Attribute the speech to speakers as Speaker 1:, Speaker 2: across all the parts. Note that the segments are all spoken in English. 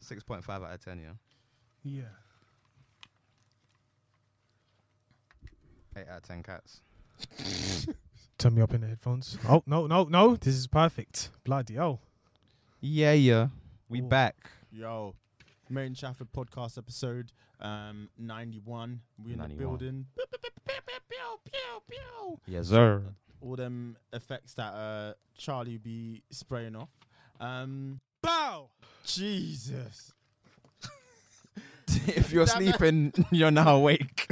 Speaker 1: Six point five out of ten, yeah.
Speaker 2: Yeah.
Speaker 1: Eight out of ten cats.
Speaker 2: Turn me up in the headphones. Oh no no no! This is perfect. Bloody hell!
Speaker 1: Yeah, yeah. We
Speaker 3: Ooh.
Speaker 1: back.
Speaker 3: Yo, Martin Shafford podcast episode um, 91. We in
Speaker 1: 91.
Speaker 3: the building. Pew, pew, pew, pew, pew, pew, pew.
Speaker 1: Yes, sir.
Speaker 3: All them effects that uh, Charlie be spraying off. Um, bow! Jesus.
Speaker 1: if you're
Speaker 3: Damn it.
Speaker 1: sleeping, you're now awake.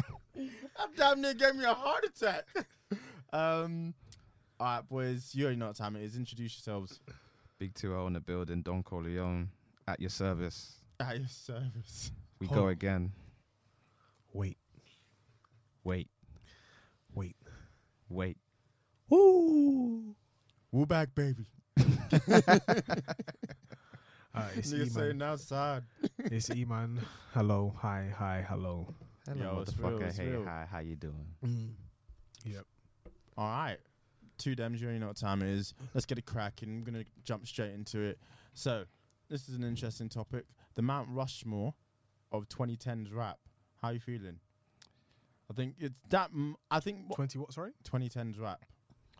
Speaker 3: That damn near gave me a heart attack. um, all right, boys, you already know what time it is. Introduce yourselves
Speaker 1: Big two
Speaker 4: oh
Speaker 1: O in the building. Don Corleone at your service.
Speaker 3: at your service.
Speaker 1: We
Speaker 2: Hold
Speaker 1: go
Speaker 2: on.
Speaker 1: again.
Speaker 2: Wait
Speaker 1: Wait,
Speaker 2: wait.
Speaker 1: wait.
Speaker 2: Woo!
Speaker 3: We're back, baby.
Speaker 2: Alright, it's E
Speaker 3: Nigga saying
Speaker 2: man.
Speaker 3: outside.
Speaker 2: It's E man. Hello, hi, hi, hello.
Speaker 3: Yo,
Speaker 1: Hello,
Speaker 3: it's real,
Speaker 1: motherfucker.
Speaker 3: it's
Speaker 1: Hey,
Speaker 3: real.
Speaker 1: hi. How you doing?
Speaker 2: Mm.
Speaker 3: All right. Two dems, you already know what time it is. Let's get a crack and I'm going to jump straight into it. So, this is an interesting topic. The Mount Rushmore of 2010's rap. How you feeling? I think it's that. M- I think what
Speaker 2: Twenty what? Sorry.
Speaker 3: 2010's rap.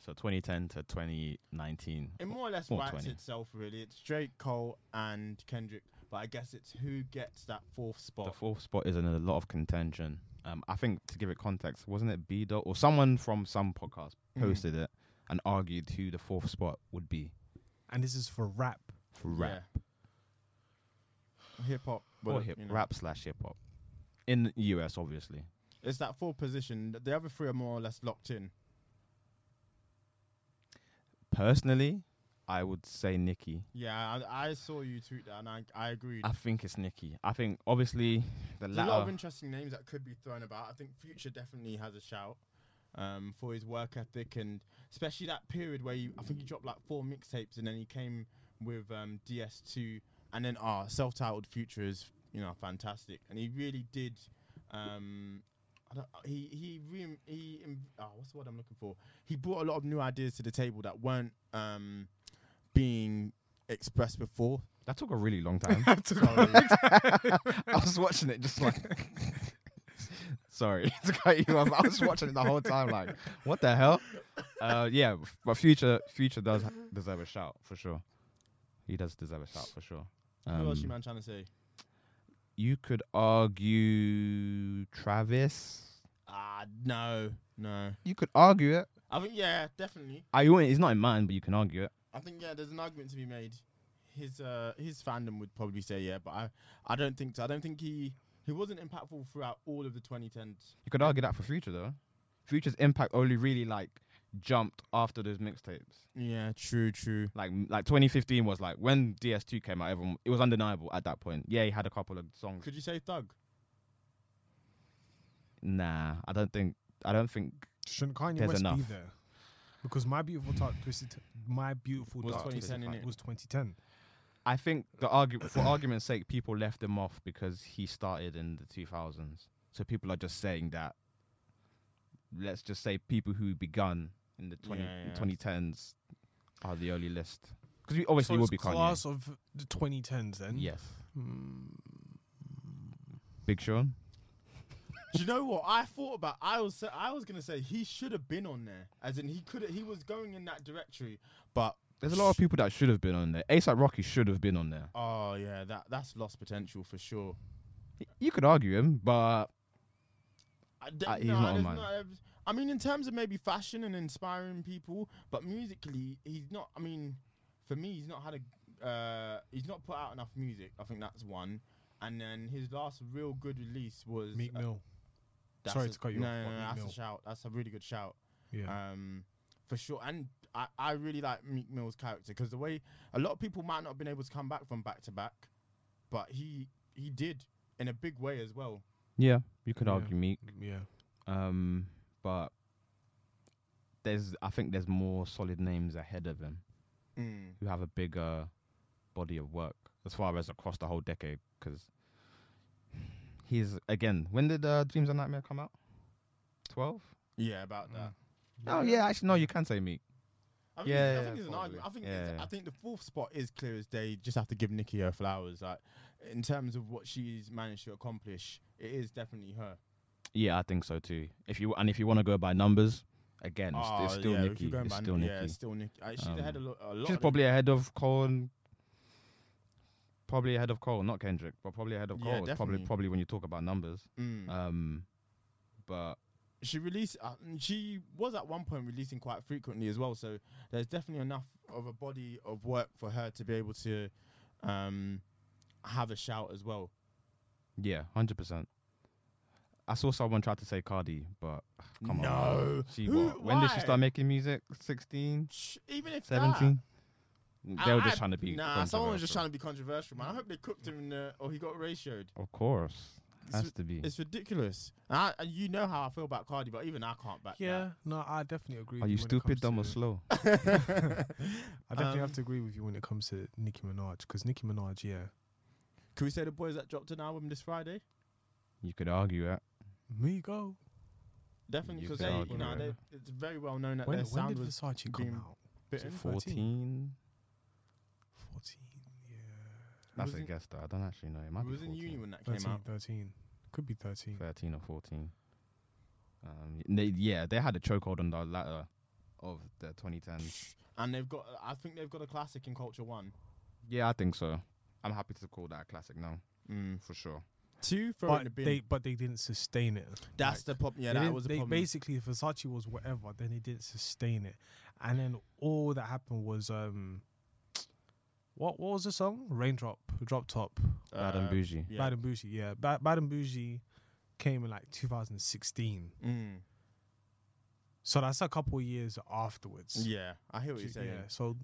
Speaker 4: So 2010 to 2019.
Speaker 3: It more or less
Speaker 4: Well,
Speaker 3: writes
Speaker 4: 20.
Speaker 3: itself, really. It's Drake, Cole, and Kendrick. But I guess it's who gets that fourth
Speaker 4: The
Speaker 3: spot.
Speaker 4: fourth spot is in a lot of contention. Um, I think to give it context, wasn't it B dot or someone from some podcast
Speaker 1: Mm-hmm.
Speaker 3: Mm.
Speaker 4: posted it and argued who the fourth spot would be
Speaker 2: And this is for rap.
Speaker 4: for rap
Speaker 3: Hip hop.
Speaker 4: or hip rap slash hip hop in the US, obviously.
Speaker 3: It's that fourth position. The other three are more or less locked in.
Speaker 4: Personally, I would say Nicki.
Speaker 3: Yeah, I, I saw you tweet that and I, I agreed.
Speaker 4: I think it's Nicki. I think obviously the
Speaker 3: There's a lot of
Speaker 4: latter.
Speaker 3: interesting names that could be thrown about. I think Future definitely has a shout um, for his work ethic and especially that period where you, I think he dropped like four mixtapes and then he came with um, DS2 and then our self-titled Future is you know fantastic and he really did. Um, I don't, he he re- he im- oh, what's the word I'm looking for? He brought a lot of new ideas to the table that weren't um, being expressed before.
Speaker 4: That took a really long time.
Speaker 3: So-
Speaker 4: I was watching it just like. Sorry to cut you off. I was watching it the whole time, like, what the hell? Uh, yeah, f- but future, future does ha- deserve a shout for sure. He does deserve a shout for sure.
Speaker 3: Who else you
Speaker 4: Um,
Speaker 3: man trying to say?
Speaker 4: you could argue Travis.
Speaker 3: Ah, no, no.
Speaker 4: You could argue it.
Speaker 3: I think yeah, definitely.
Speaker 4: I won't. It's not in mine, but you can argue it.
Speaker 3: I think yeah, there's an argument to be made. His uh his fandom would probably say yeah, but I I don't think so. I don't think he he wasn't impactful throughout all of the 2010s.
Speaker 4: You could argue that for future though. Future's impact only really like jumped after those mixtapes.
Speaker 3: Yeah, true, true.
Speaker 4: like like 2015 was like when DS2 came out. Everyone it was undeniable at that point. Yeah, he had a couple of songs.
Speaker 3: Could you say Thug?
Speaker 4: Nah, I don't think I don't think
Speaker 2: Shouldn't Kanye
Speaker 4: There's
Speaker 2: West be
Speaker 4: enough.
Speaker 2: there? Because my beautiful dark twisted, my beautiful
Speaker 3: Was
Speaker 2: dark
Speaker 3: 2010,
Speaker 2: Twisted
Speaker 3: innit?
Speaker 2: was 2010.
Speaker 4: I think the argument for argument's sake, people left him off because he started in the 2000s. So people are just saying that. Let's just say people who begun in the 20,
Speaker 3: Yeah, yeah.
Speaker 4: 2010s are the only list because we obviously will be Kanye.
Speaker 2: class of the 2010s then.
Speaker 4: Yes, Hmm. Big Sean.
Speaker 3: Do you know what I thought about? I was sa- I was gonna say he should have been on there, as in he could he was going in that directory, but
Speaker 4: There's a lot of people that should have been on there. ASAP Rocky should have been on there.
Speaker 3: oh yeah, that that's lost potential for sure.
Speaker 4: You could argue him, but
Speaker 3: I, d-
Speaker 4: Uh, he's
Speaker 3: no,
Speaker 4: not on
Speaker 3: there's
Speaker 4: mine.
Speaker 3: not ev- I mean, in terms of maybe fashion and inspiring people, but musically, he's not. I mean, for me, he's not had a. Uh, he's not put out enough music. I think that's one. And then his last real good release was
Speaker 2: Meek
Speaker 3: uh,
Speaker 2: Mill.
Speaker 3: that's
Speaker 2: Sorry
Speaker 3: a-
Speaker 2: to cut you
Speaker 3: no,
Speaker 2: off,
Speaker 3: No,
Speaker 2: but
Speaker 3: no,
Speaker 2: Meek
Speaker 3: that's
Speaker 2: Mill.
Speaker 3: a shout. That's a really good shout.
Speaker 4: Uh,
Speaker 2: Yeah.
Speaker 3: Um, for sure. And I, I really like Meek Mill's character because the way a lot of people might not have been able to come back from back to back, but he he did in a big way as well.
Speaker 4: Yeah, you could
Speaker 2: Yeah.
Speaker 4: argue Meek.
Speaker 2: yeah.
Speaker 4: Um, but there's I think there's more solid names ahead of him
Speaker 3: Mm.
Speaker 4: who have a bigger body of work as far as across the whole decade. Because he's again, when did uh, Dreams and Nightmare come out? Twelve.
Speaker 3: Yeah, about that.
Speaker 4: Oh yeah, actually no, you can say Meek.
Speaker 3: I think yeah,
Speaker 4: Yeah,
Speaker 3: I think it's an
Speaker 4: probably.
Speaker 3: argument. I think it's-
Speaker 4: Yeah.
Speaker 3: I think the fourth spot is clear as day. Just have to give Nikki her flowers. Like in terms of what she's managed to accomplish, it is definitely her.
Speaker 4: Yeah, I think so too. If you and if you want to go by numbers, again, it's, it's
Speaker 3: Ah,
Speaker 4: still
Speaker 3: yeah, if
Speaker 4: Nikki.
Speaker 3: you're going
Speaker 4: It's
Speaker 3: by-
Speaker 4: still
Speaker 3: Yeah,
Speaker 4: Nikki.
Speaker 3: it's still Nikki. Uh, she's
Speaker 4: Um,
Speaker 3: ahead of lo- a lot.
Speaker 4: She's
Speaker 3: of
Speaker 4: probably ahead of Cole. and- Probably ahead of Cole, not Kendrick, but probably ahead of
Speaker 3: Yeah,
Speaker 4: Cole. It's probably
Speaker 3: definitely.
Speaker 4: probably when you talk about numbers.
Speaker 3: the, Mm.
Speaker 4: Um, but
Speaker 3: she released. Uh, mm, she was at one point releasing quite frequently as well. So there's definitely enough of a body of work for her to be able to um, have a shout as well.
Speaker 4: yeah, hundred percent. I saw someone try to say Cardi, but come on,
Speaker 3: No.
Speaker 4: she
Speaker 3: Who-
Speaker 4: what? When did she
Speaker 3: why?
Speaker 4: start making music? 16,
Speaker 3: Sh- Even if that-
Speaker 4: 17?
Speaker 3: I-
Speaker 4: They were
Speaker 3: I-
Speaker 4: just trying to be.
Speaker 3: Nah, someone was
Speaker 4: controversial.
Speaker 3: just trying to be controversial, man. I hope they cooked him in the, or he got ratioed.
Speaker 4: Of course,
Speaker 3: It's
Speaker 4: has
Speaker 3: ri-
Speaker 4: to be.
Speaker 3: It's ridiculous. And, I, and you know how I feel about Cardi, but even I can't back
Speaker 2: Yeah, no, I definitely agree.
Speaker 4: Are
Speaker 2: with
Speaker 4: you
Speaker 2: when it comes
Speaker 4: stupid, dumb, or
Speaker 2: to-
Speaker 4: slow?
Speaker 3: that.
Speaker 2: I definitely
Speaker 3: Um,
Speaker 2: have to agree with you when it comes to Nicki Minaj because Nicki Minaj, yeah,
Speaker 3: Can we say the boys that dropped an album this Friday?
Speaker 4: You could argue that.
Speaker 2: me go.
Speaker 3: Definitely,
Speaker 4: You
Speaker 3: because
Speaker 4: could
Speaker 3: they,
Speaker 4: argue
Speaker 3: you know,
Speaker 2: that.
Speaker 3: they, it's very well known that
Speaker 2: When,
Speaker 3: their
Speaker 2: when
Speaker 3: sound
Speaker 2: did
Speaker 3: was
Speaker 2: Versace
Speaker 3: being
Speaker 2: come out?
Speaker 3: bitten.
Speaker 2: 14?
Speaker 4: Fourteen.
Speaker 2: Fourteen, yeah,
Speaker 4: That's
Speaker 3: was
Speaker 4: a
Speaker 3: in-
Speaker 4: guess, though. I don't actually know. It might
Speaker 3: We was
Speaker 4: be
Speaker 3: in
Speaker 4: 14.
Speaker 3: uni when that came
Speaker 2: 13,
Speaker 3: out.
Speaker 2: 13. could be thirteen.
Speaker 4: 13 or 14. Um, y- they, yeah, they had a chokehold on the latter of the 2010s.
Speaker 3: and they've got I think they've got a classic in Culture One.
Speaker 4: Yeah, I think so. I'm happy to call that a classic now,
Speaker 3: Mm.
Speaker 4: for sure.
Speaker 3: Two throw it in the
Speaker 2: But
Speaker 3: bin.
Speaker 2: they, but they didn't sustain it.
Speaker 3: That's
Speaker 2: Like,
Speaker 3: the problem. Yeah,
Speaker 2: they
Speaker 3: that
Speaker 2: didn't-
Speaker 3: was the
Speaker 2: they
Speaker 3: problem.
Speaker 2: Basically, Versace was whatever. Then they didn't sustain it, and then all that happened was um, what what was the song? Raindrop, drop top,
Speaker 4: Bad and
Speaker 3: Uh,
Speaker 4: bougie.
Speaker 3: Yeah.
Speaker 2: Bad and Bougie. Yeah, Bad, Bad and Bougie came in like 2016,
Speaker 3: Mm.
Speaker 2: so that's a couple of years afterwards.
Speaker 3: Yeah, I hear what you're
Speaker 2: Ju-
Speaker 3: saying.
Speaker 2: So,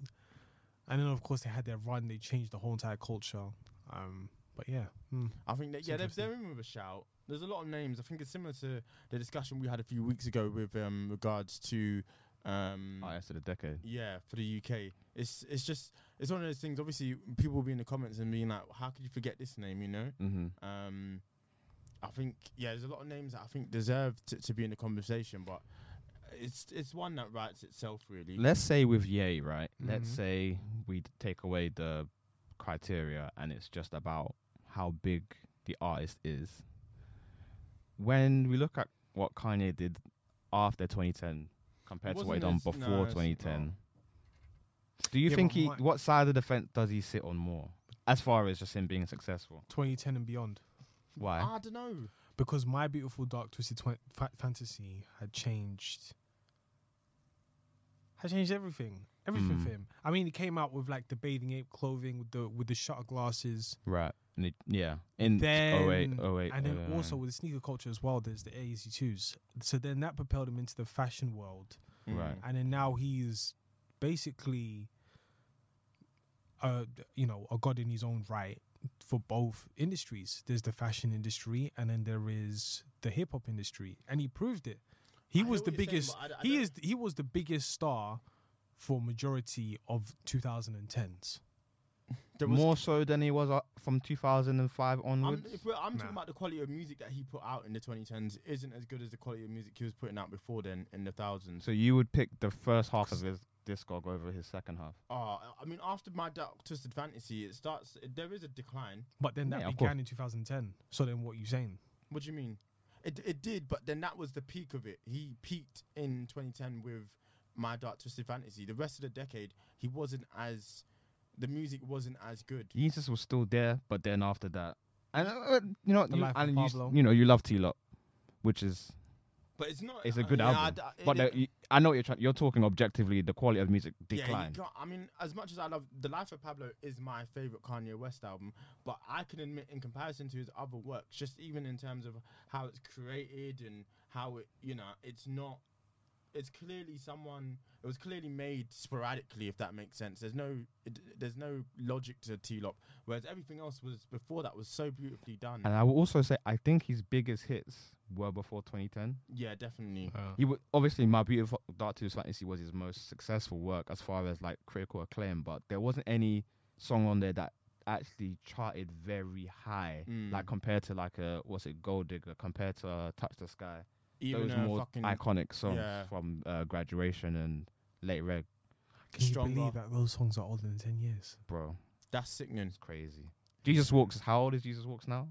Speaker 2: and then of course they had their run. They changed the whole entire culture. Um, but yeah, mm,
Speaker 3: I think that
Speaker 2: It's
Speaker 3: yeah, they're,
Speaker 2: interesting.
Speaker 3: they're in with a shout. There's a lot of names. I think it's similar to the discussion we had a few weeks ago with um, regards to um,
Speaker 4: Artist of Oh, the decade.
Speaker 3: yeah for the UK. It's it's just it's one of those things. Obviously, people will be in the comments and being like, "How could you forget this name?" You know.
Speaker 4: Mm-hmm.
Speaker 3: Um, I think yeah, there's a lot of names that I think deserve to, to be in the conversation, but it's it's one that writes itself really.
Speaker 4: Let's say with Ye, right? Let's
Speaker 3: Mm-hmm.
Speaker 2: Mhm.
Speaker 4: say we d- take away the criteria and it's just about how big the artist is. When we look at what Kanye did after 2010 compared to what he
Speaker 3: wasn't
Speaker 4: done
Speaker 3: as- no,
Speaker 4: before
Speaker 3: it's-
Speaker 4: 2010, do you
Speaker 2: Yeah,
Speaker 4: think
Speaker 2: but
Speaker 4: he,
Speaker 2: my-
Speaker 4: what side of the fence does he sit on more as far as just him being successful?
Speaker 2: 2010 and beyond.
Speaker 4: Why?
Speaker 3: I don't know.
Speaker 2: because my beautiful dark twisted Twi- fa- fantasy had changed had changed everything everything
Speaker 4: Mm.
Speaker 2: for him i mean he came out with like the bathing ape clothing with the with the shutter glasses
Speaker 4: right. And it, yeah. In
Speaker 2: then
Speaker 4: oh wait, oh wait,
Speaker 2: and then
Speaker 4: oh,
Speaker 2: also with the sneaker culture as well there's the air easy twos so then that propelled him into the fashion world
Speaker 3: Mm.
Speaker 4: Right.
Speaker 2: and then now he's basically uh you know a god in his own right for both industries there's the fashion industry and then there is the hip hop industry and he proved it he
Speaker 3: I
Speaker 2: was the
Speaker 3: hear what you're saying,
Speaker 2: biggest
Speaker 3: but I d- I
Speaker 2: he
Speaker 3: don't-
Speaker 2: is he was the biggest star for majority of 2010s
Speaker 3: There was-
Speaker 4: more so than he was uh, from 2005
Speaker 3: I'm,
Speaker 4: onwards.
Speaker 3: if we're, I'm talking
Speaker 2: Nah.
Speaker 3: about the quality of music that he put out in the 2010s isn't as good as the quality of music he was putting out before then in the thousands.
Speaker 4: So you would pick the first half of his discog over his second half.
Speaker 3: Ah, I mean, after my Dark Twisted Fantasy, it starts. there is a decline.
Speaker 2: but then that
Speaker 4: Yeah, of course.
Speaker 2: began in 2010 so then what you saying
Speaker 3: What do you mean? It it did, but then that was the peak of it. He peaked in 2010 with my Dark Twisted Fantasy. The rest of the decade, he wasn't as the music wasn't as good.
Speaker 4: Jesus was still there, but then after that, and uh, uh, you know,
Speaker 2: The
Speaker 4: you,
Speaker 2: Life of
Speaker 4: and you, s-
Speaker 2: Pablo.
Speaker 4: you know, you love T Lot, which is
Speaker 3: But it's not.
Speaker 4: It's a good
Speaker 3: Uh, yeah, I
Speaker 4: album.
Speaker 3: d-
Speaker 4: but
Speaker 3: it-
Speaker 4: the, I know you're trying. You're talking objectively. The quality of music
Speaker 3: Yeah, you
Speaker 4: declined.
Speaker 3: can't- I mean, as much as I love The Life of Pablo is my favorite Kanye West album, but I can admit in comparison to his other works, just even in terms of how it's created and how it, you know, it's not it's clearly someone it was clearly made sporadically if that makes sense there's no it, there's no logic to t-lop whereas everything else was before that was so beautifully done
Speaker 4: and I will also say, I think his biggest hits were before 2010.
Speaker 3: yeah definitely
Speaker 4: He would obviously my beautiful dark twisted fantasy was his most successful work as far as like critical acclaim, but there wasn't any song on there that actually charted very high,
Speaker 3: Mm.
Speaker 4: like compared to like a what's it Gold Digger compared to uh, Touch the Sky.
Speaker 3: even
Speaker 4: Those
Speaker 3: a
Speaker 4: more
Speaker 3: fucking
Speaker 4: iconic songs
Speaker 3: yeah.
Speaker 4: from uh, graduation and late reg,
Speaker 2: Can
Speaker 3: Stronger.
Speaker 2: you believe that those songs are older than ten years?
Speaker 4: bro.
Speaker 3: that's sickening
Speaker 4: It's crazy. Jesus walks. How old is Jesus walks now?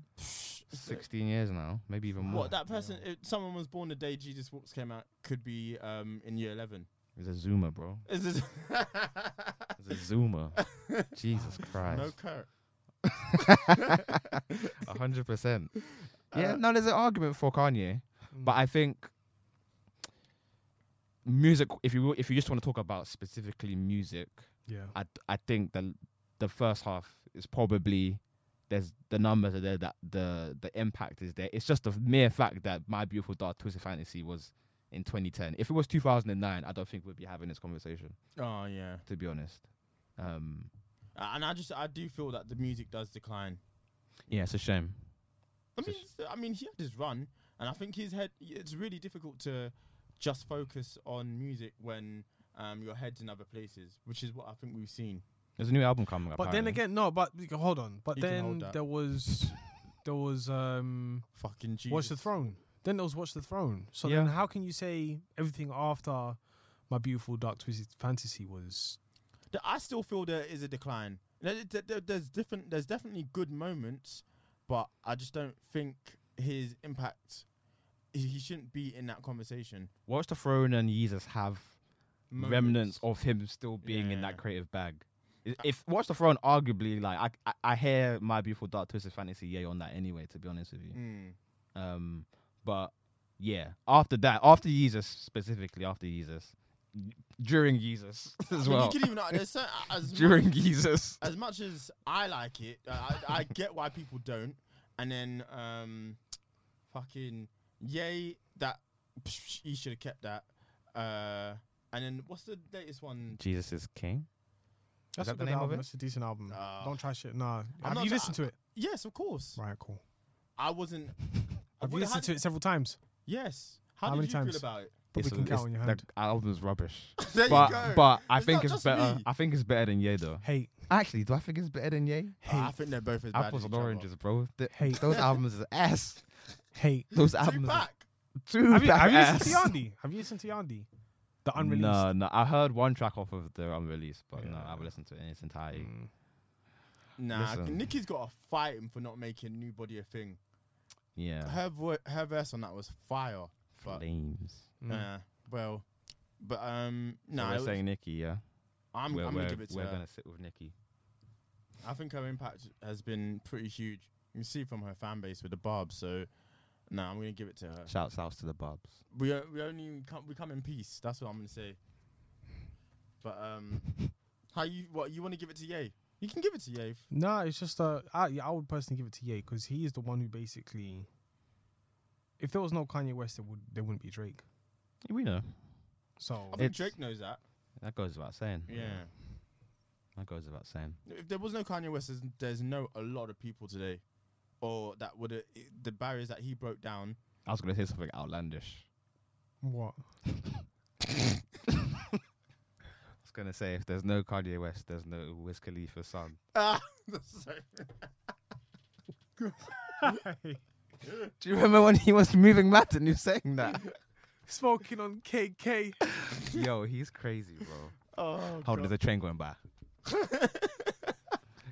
Speaker 4: Sixteen years now, maybe even more.
Speaker 3: What that person? If someone was born the day Jesus Walks came out, could be um, in year eleven.
Speaker 4: He's a zoomer, bro.
Speaker 3: Is this
Speaker 4: He's a zoomer. Jesus Christ.
Speaker 3: no Kurt?
Speaker 4: A hundred percent. Yeah, no, there's an argument for Kanye, but I think music. If you if you just want to talk about specifically music,
Speaker 2: Yeah.
Speaker 4: I I think the the first half is probably there's the numbers are there that the the impact is there. It's just the mere fact that My Beautiful Dark Twisted Fantasy was in 2010. If it was 2009, I don't think we'd be having this conversation.
Speaker 3: Oh yeah,
Speaker 4: To be honest, um,
Speaker 3: Uh, and I just I do feel that the music does decline.
Speaker 4: yeah, it's a shame.
Speaker 3: I mean, it's- I mean, he had his run, and I think his head. It's really difficult to just focus on music when um, your head's in other places, which is what I think we've seen.
Speaker 4: There's a new album coming up.
Speaker 2: But then
Speaker 4: apparently.
Speaker 2: again, no. But we can- hold on. But
Speaker 3: You can hold
Speaker 2: then
Speaker 3: that.
Speaker 2: there was, there was um,
Speaker 3: Fucking Jesus.
Speaker 2: Watch the Throne. Then there was Watch the Throne. So
Speaker 4: Yeah.
Speaker 2: then, how can you say everything after my beautiful dark twisted fantasy was?
Speaker 3: Th- I still feel there is a decline. There- there- there- There's different. There's definitely good moments, but I just don't think his impact. He he shouldn't be in that conversation.
Speaker 4: Watch the Throne and Jesus have
Speaker 3: Moments.
Speaker 4: remnants of him still being in
Speaker 3: Yeah.
Speaker 4: that creative bag. I- If Watch the Throne, arguably, like I, I, I hear my beautiful dark twisted fantasy yay on that anyway. To be honest with you,
Speaker 3: Mm.
Speaker 4: um, but yeah, after that, after Jesus specifically, after Jesus, during Jesus as
Speaker 3: I mean,
Speaker 4: well,
Speaker 3: You can even uh, there's so, as
Speaker 4: during Jesus,
Speaker 3: as much as I like it, uh, I, I get why people don't. And then, um, fucking yay that he should have kept that. Uh, and then what's the latest one?
Speaker 4: Jesus is King.
Speaker 2: That's
Speaker 4: that
Speaker 2: a
Speaker 4: the
Speaker 2: good
Speaker 4: name of
Speaker 2: album.
Speaker 4: it?
Speaker 2: That's a decent album.
Speaker 3: Nah.
Speaker 2: Don't trash it. Nah. Have
Speaker 3: not
Speaker 2: you
Speaker 3: tra-
Speaker 2: listened to it?
Speaker 3: Yes, of course.
Speaker 2: Right. Cool.
Speaker 3: I wasn't.
Speaker 2: Have you
Speaker 3: Well,
Speaker 2: listened
Speaker 3: how-
Speaker 2: to it several times?
Speaker 3: Yes. How,
Speaker 2: How
Speaker 3: did
Speaker 2: many
Speaker 3: you
Speaker 2: times?
Speaker 3: feel about it?
Speaker 2: Probably
Speaker 4: It's-
Speaker 2: can count
Speaker 4: it's-
Speaker 2: on your
Speaker 4: the
Speaker 2: hand.
Speaker 4: album's rubbish,
Speaker 3: There
Speaker 4: but
Speaker 3: you go.
Speaker 4: but I
Speaker 3: It's
Speaker 4: think
Speaker 3: not
Speaker 4: it's
Speaker 3: just
Speaker 4: better.
Speaker 3: me.
Speaker 4: I think it's better than Ye though.
Speaker 2: Hate.
Speaker 4: Actually, do I think it's better than Ye?
Speaker 3: Oh, I think they're both as bad.
Speaker 4: Apples
Speaker 3: as
Speaker 4: and
Speaker 3: each other.
Speaker 4: oranges, bro. Th-
Speaker 2: Hey.
Speaker 4: Those albums is ass.
Speaker 2: Hate.
Speaker 4: Those
Speaker 3: Two
Speaker 4: albums is
Speaker 3: back.
Speaker 4: two
Speaker 2: Have you,
Speaker 4: back
Speaker 2: have you listened to
Speaker 4: ass.
Speaker 2: Yandi? Have you listened to Yandi? The unreleased.
Speaker 4: No, no. I heard one track off of the unreleased, but no, I
Speaker 2: Yeah.
Speaker 4: haven't listened to it in its entirety.
Speaker 3: Mm. Nah,
Speaker 4: Listen.
Speaker 3: Nikki's got to fight him for not making New Body a thing.
Speaker 4: Yeah.
Speaker 3: Her vo- her verse on that was fire. But
Speaker 4: Flames.
Speaker 3: nah, well, but um,
Speaker 4: No,
Speaker 3: no.
Speaker 4: Mm. so we're saying Nicki, yeah.
Speaker 3: I'm,
Speaker 4: we're
Speaker 3: I'm
Speaker 4: we're,
Speaker 3: gonna give it to
Speaker 4: we're
Speaker 3: her.
Speaker 4: gonna sit with Nicki.
Speaker 3: I think her impact has been pretty huge. You can see from her fan base with the barb. So, no, I'm gonna give it to her.
Speaker 4: Shouts out to the Bubs.
Speaker 3: We o- we only come we come in peace. That's what I'm gonna say. But um, how you what you want to give it to Ye? You can give it to Ye.
Speaker 2: No, it's just uh, I, yeah, I would personally give it to Ye because he is the one who basically, if there was no Kanye West, there would there wouldn't be Drake.
Speaker 4: We know.
Speaker 2: So
Speaker 3: I think
Speaker 4: It's-
Speaker 3: Drake knows that.
Speaker 4: That goes without saying.
Speaker 3: Yeah.
Speaker 4: That goes without saying.
Speaker 3: If there was no Kanye West, there's, there's no a lot of people today, or that would uh, i- the barriers that he broke down.
Speaker 4: I was gonna say something outlandish.
Speaker 2: what?
Speaker 4: I was gonna say if there's no Kanye West, there's no Wiz Khalifa son.
Speaker 3: Ah, sorry.
Speaker 4: Do you remember when he was moving mad and you saying that?
Speaker 2: Smoking on KK.
Speaker 4: Yo, he's crazy, bro.
Speaker 3: oh,
Speaker 4: Hold on, there's a train going by.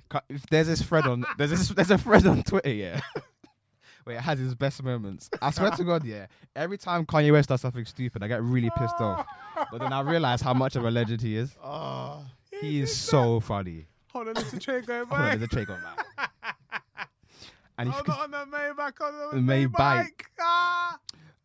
Speaker 4: Ca- if there's this thread on there's this there's a thread on Twitter, yeah. Where it has his best moments. I swear to God, yeah. Every time Kanye West does something stupid, I get really pissed off. But then I realize how much of a legend he is.
Speaker 3: oh.
Speaker 4: He is so funny.
Speaker 2: Hold on, there's a train going
Speaker 4: Hold on,
Speaker 2: by.
Speaker 4: there's a train going by. And if you can-
Speaker 2: I'm not on the Maybach. On the
Speaker 4: The Maybach.
Speaker 2: Maybach. Ah!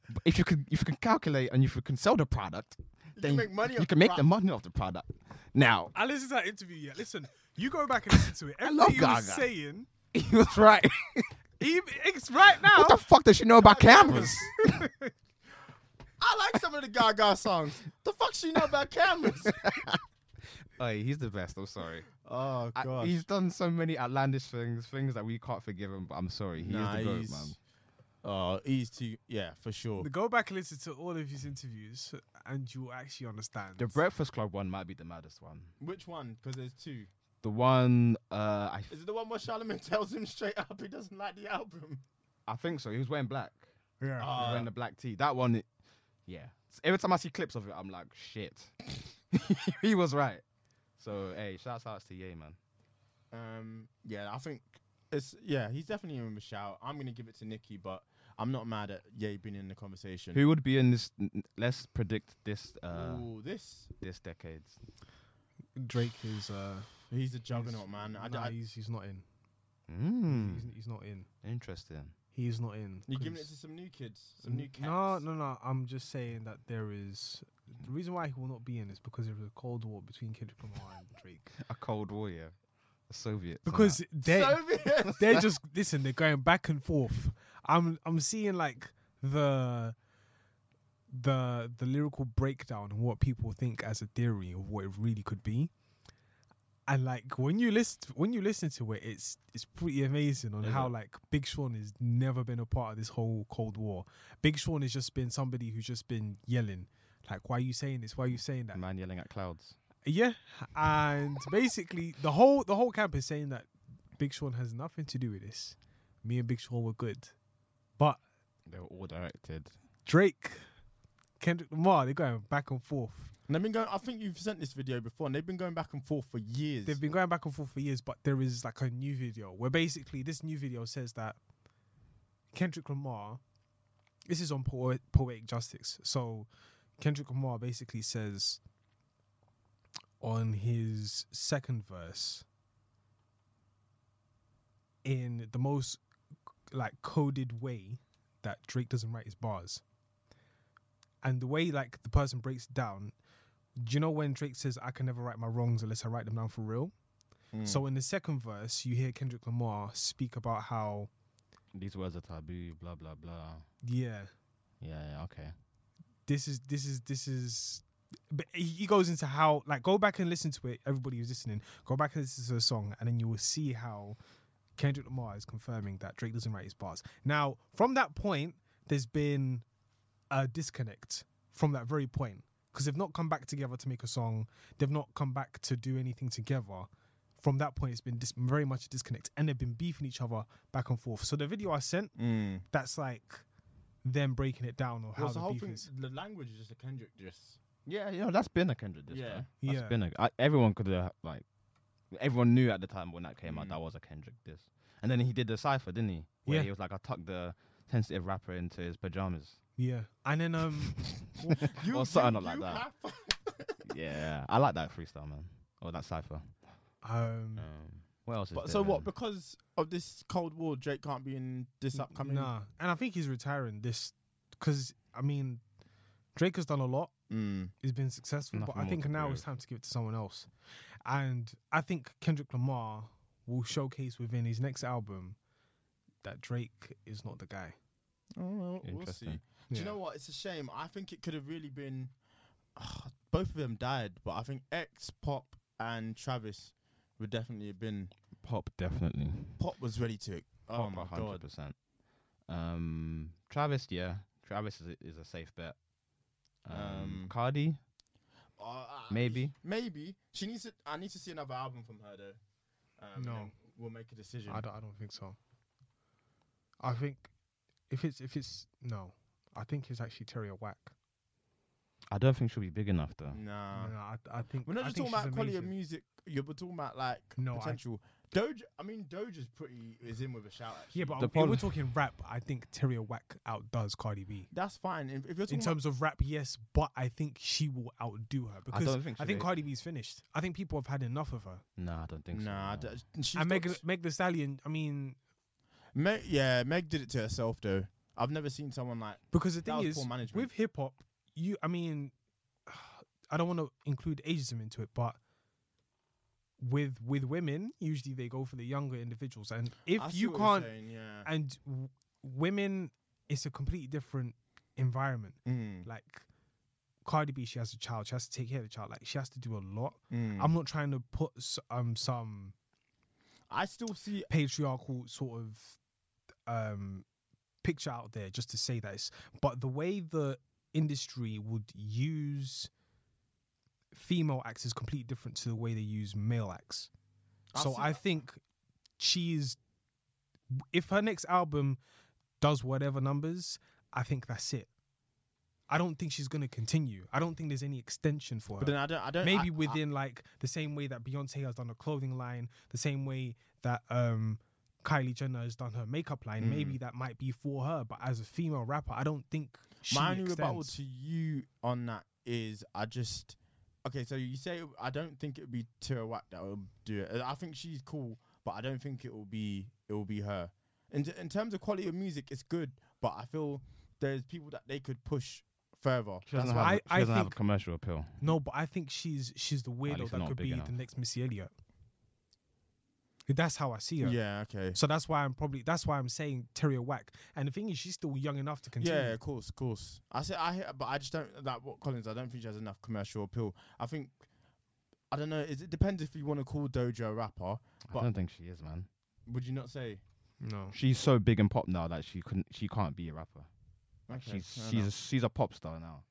Speaker 4: b- if you can if you can calculate and if you can sell the product, then
Speaker 3: make money
Speaker 4: you
Speaker 3: off
Speaker 4: can
Speaker 3: the
Speaker 4: make the
Speaker 3: product.
Speaker 4: money off the product. Now
Speaker 2: I listened to that interview yet. Listen, you go back and listen to it. Everything
Speaker 4: love
Speaker 2: he was
Speaker 4: Gaga.
Speaker 2: saying,
Speaker 4: he was right.
Speaker 2: even, it's right now.
Speaker 4: what the fuck does she know about cameras?
Speaker 3: I like some of the Gaga songs. The fuck she know about cameras?
Speaker 4: oh, he's the best. I'm sorry.
Speaker 3: oh
Speaker 4: I-
Speaker 3: god.
Speaker 4: he's done so many outlandish things, things that we can't forgive him. But I'm sorry, he is the goat, man.
Speaker 3: Oh, he's too. Yeah, for sure.
Speaker 2: Go back and listen to all of his interviews, and you'll actually understand.
Speaker 4: The Breakfast Club one might be the maddest one.
Speaker 3: Which one? Because there's two.
Speaker 4: The one uh, I
Speaker 3: Is it the one where Charlemagne tells him straight up he doesn't like the album? Ah.
Speaker 4: I think so. He was wearing black.
Speaker 2: yeah.
Speaker 4: he was wearing the black tee. That one, it- yeah. S- Every time I see clips of it, I'm like, shit. he was right. So hey, shouts out to Ye, man.
Speaker 3: Um, yeah, I think it's yeah. He's definitely in with a shout. I'm gonna give it to Nikki, but I'm not mad at Ye being in the conversation.
Speaker 4: Who would be in this? n- n- Let's predict this uh,
Speaker 3: Ooh, this
Speaker 4: this decade.
Speaker 2: Drake is. Uh,
Speaker 3: he's a juggernaut, man. I,
Speaker 2: nah,
Speaker 3: I,
Speaker 2: he's, he's not in.
Speaker 4: Mm,
Speaker 2: He's, he's not in.
Speaker 4: interesting.
Speaker 2: He's not in.
Speaker 3: you giving
Speaker 2: 'cause-
Speaker 3: it to some new kids, some new cats.
Speaker 2: No, no, no. I'm just saying that there is the reason why he will not be in is because there was a cold war between Kendrick Lamar and Drake.
Speaker 4: A Cold War, yeah. A Soviet.
Speaker 2: Because they
Speaker 3: Soviet.
Speaker 2: they're just listen. They're going back and forth. I'm I'm seeing like the the the lyrical breakdown and what people think as a theory of what it really could be. And like when you list when you listen to it, it's it's pretty amazing on how like Big Sean has never been a part of this whole Cold War. Big Sean has just been somebody who's just been yelling, like, "Why are you saying this? Why are you saying that?"
Speaker 4: man yelling at clouds.
Speaker 2: Yeah, and basically the whole the whole camp is saying that Big Sean has nothing to do with this. Me and Big Sean were good, but
Speaker 4: They were all directed.
Speaker 2: Drake, Kendrick Lamar, they're going back and forth.
Speaker 3: And they've been going. I think you've sent this video before, and they've been going back and forth for years.
Speaker 2: They've been going back and forth for years, but there is like a new video where basically this new video says that Kendrick Lamar. This is on poet, poetic justice. So Kendrick Lamar basically says on his second verse in the most like coded way that Drake doesn't write his bars. And the way like the person breaks it down, do you know when Drake says I can never write my wrongs unless I write them down for real? So in the second verse, you hear Kendrick Lamar speak about how
Speaker 4: These words are taboo. Blah blah blah.
Speaker 2: yeah,
Speaker 4: Yeah. yeah okay.
Speaker 2: this is this is this is but he- he goes into how like go back and listen to it everybody who's listening go back and listen to the song and then you will see how kendrick lamar is confirming that drake doesn't write his bars now from that point there's been a disconnect from that very point because they've not come back together to make a song they've not come back to do anything together from that point it's been dis- very much a disconnect and they've been beefing each other back and forth so the video i sent that's like them breaking it down or how
Speaker 3: Well, Mm. the
Speaker 2: the
Speaker 3: whole
Speaker 2: beef
Speaker 3: thing.
Speaker 2: is
Speaker 3: The language is just a Kendrick diss.
Speaker 4: Yeah, you know, that's been a Kendrick diss.
Speaker 3: Yeah.
Speaker 4: Yeah,
Speaker 2: Yeah.
Speaker 4: that's been a. I, everyone could have like, everyone knew at the time when that came out that was a Kendrick diss. And then he did the cipher, didn't he? Where
Speaker 2: Yeah.
Speaker 4: he was like, I tucked the sensitive rapper into his pajamas.
Speaker 2: Yeah, and then um,
Speaker 3: You,
Speaker 4: or something like that.
Speaker 3: have-
Speaker 4: yeah, I like that freestyle, man. Or that cipher.
Speaker 3: Uh,
Speaker 2: um,
Speaker 4: Um, what else?
Speaker 3: But
Speaker 4: is
Speaker 3: so
Speaker 4: there,
Speaker 3: what?
Speaker 4: then?
Speaker 3: Because of this Cold War, Drake can't be in this upcoming.
Speaker 2: nah, and I think he's retiring this because I mean, Drake has done a lot.
Speaker 3: Mm.
Speaker 2: He's been successful, but
Speaker 4: Nothing
Speaker 2: I
Speaker 4: more
Speaker 2: think
Speaker 4: to
Speaker 2: now it's
Speaker 4: prove.
Speaker 2: time to give it to someone else. And I think Kendrick Lamar will showcase within his next album that Drake is not the guy.
Speaker 3: Oh, well, we'll see.
Speaker 4: Interesting.
Speaker 3: Do you
Speaker 2: Yeah.
Speaker 3: know what? It's a shame. I think it could have really been. ah, both of them died, but I think X, Pop, and Travis would definitely have been.
Speaker 4: pop definitely.
Speaker 3: Pop was ready to. Oh
Speaker 4: Pop,
Speaker 3: my god.
Speaker 4: percent. Um, Travis, yeah, Travis is a, is a safe bet. Um,
Speaker 3: Um,
Speaker 4: Cardi,
Speaker 3: Uh, I-
Speaker 4: maybe.
Speaker 3: Maybe she needs to. I need to see another album from her though. Um, and
Speaker 2: No.
Speaker 3: then we'll make a decision.
Speaker 2: I don't. I don't think so. I think if it's if it's no, I think it's actually Terry Whack.
Speaker 4: I don't think she'll be big enough though.
Speaker 3: Nah.
Speaker 2: no, I, I think
Speaker 3: Uh. We're not
Speaker 2: I
Speaker 3: just
Speaker 2: think
Speaker 3: talking
Speaker 2: she's
Speaker 3: about quality of
Speaker 2: amazing.
Speaker 3: music. You're we're talking about like
Speaker 2: No, I-
Speaker 3: potential. Doja. I mean, Doja's pretty is in with a shout. Actually.
Speaker 2: Yeah, but
Speaker 4: The
Speaker 2: if we're
Speaker 4: problem-
Speaker 2: talking rap. I think Terry Whack outdoes Cardi B.
Speaker 3: that's fine. If, if you're talking
Speaker 2: in terms of rap, yes, but I think she will outdo her because I,
Speaker 4: don't think
Speaker 2: think,
Speaker 4: so, mate.
Speaker 2: Cardi B's finished. I think people have had enough of her.
Speaker 4: No, I don't think
Speaker 3: about,
Speaker 4: so.
Speaker 3: nah,
Speaker 4: no.
Speaker 3: d- she's
Speaker 2: and
Speaker 3: got-
Speaker 2: Meg, Meg The Stallion, I mean,
Speaker 3: Meg, yeah, Meg did it to herself though. I've never seen someone like
Speaker 2: Because the thing
Speaker 3: That was
Speaker 2: is,
Speaker 3: poor management.
Speaker 2: with hip hop, you, I mean, I don't want to include ageism into it, but with with women, usually they go for the younger individuals, and if
Speaker 3: I see
Speaker 2: you
Speaker 3: what you're
Speaker 2: can't,
Speaker 3: saying, yeah.
Speaker 2: and w- women, it's a completely different environment.
Speaker 3: Mm,
Speaker 2: Like Cardi B, she has a child, she has to take care of the child, like she has to do a lot.
Speaker 3: mm.
Speaker 2: I'm not trying to put s- um some
Speaker 3: I still see
Speaker 2: patriarchal sort of um picture out there just to say that it's but the way the industry would use female acts is completely different to the way they use male acts
Speaker 3: I've
Speaker 2: so
Speaker 3: seen
Speaker 2: i
Speaker 3: that.
Speaker 2: think she's if her next album does whatever numbers i think that's it i don't think she's going to continue i don't think there's any extension for her
Speaker 3: But then I don't. I don't.
Speaker 2: maybe
Speaker 3: I- I-
Speaker 2: within like the same way that Beyonce has done a clothing line, the same way that um Kylie Jenner has done her makeup
Speaker 3: Hmm.
Speaker 2: line. Maybe that might be for her, but as a female rapper, I don't think she
Speaker 3: my only rebuttal
Speaker 2: extends.
Speaker 3: to you on that is I just okay. So you say I don't think it would be Tira Wack that will do it. I think she's cool, but I don't think it will be it will be her. In in terms of quality of music, it's good, but I feel there's people that they could push further.
Speaker 4: She doesn't,
Speaker 2: why
Speaker 4: have,
Speaker 2: I-
Speaker 4: a- she
Speaker 2: I
Speaker 4: doesn't have a
Speaker 2: think-
Speaker 4: commercial appeal.
Speaker 2: No, but I think she's she's the weirdo
Speaker 4: least
Speaker 2: that
Speaker 4: not
Speaker 2: could
Speaker 4: big
Speaker 2: be
Speaker 4: enough.
Speaker 2: the next Missy Elliott. That's how I see her.
Speaker 3: Yeah. Okay.
Speaker 2: So that's why I'm probably that's why I'm saying Terry Whack. And the thing is, she's still young enough to continue.
Speaker 3: Yeah, of course, of course. I said I, hear- but I just don't like what Collins. I don't think she has enough commercial appeal. I think I don't know. Is it depends if you want to call Doja a rapper?
Speaker 4: I
Speaker 3: But-
Speaker 4: don't think she is, man.
Speaker 3: Would you not say?
Speaker 2: No.
Speaker 4: She's so big and pop now that she couldn't. She can't be a rapper.
Speaker 3: Okay,
Speaker 4: she's
Speaker 3: fair
Speaker 4: she's a,
Speaker 3: enough.
Speaker 4: she's a pop star now.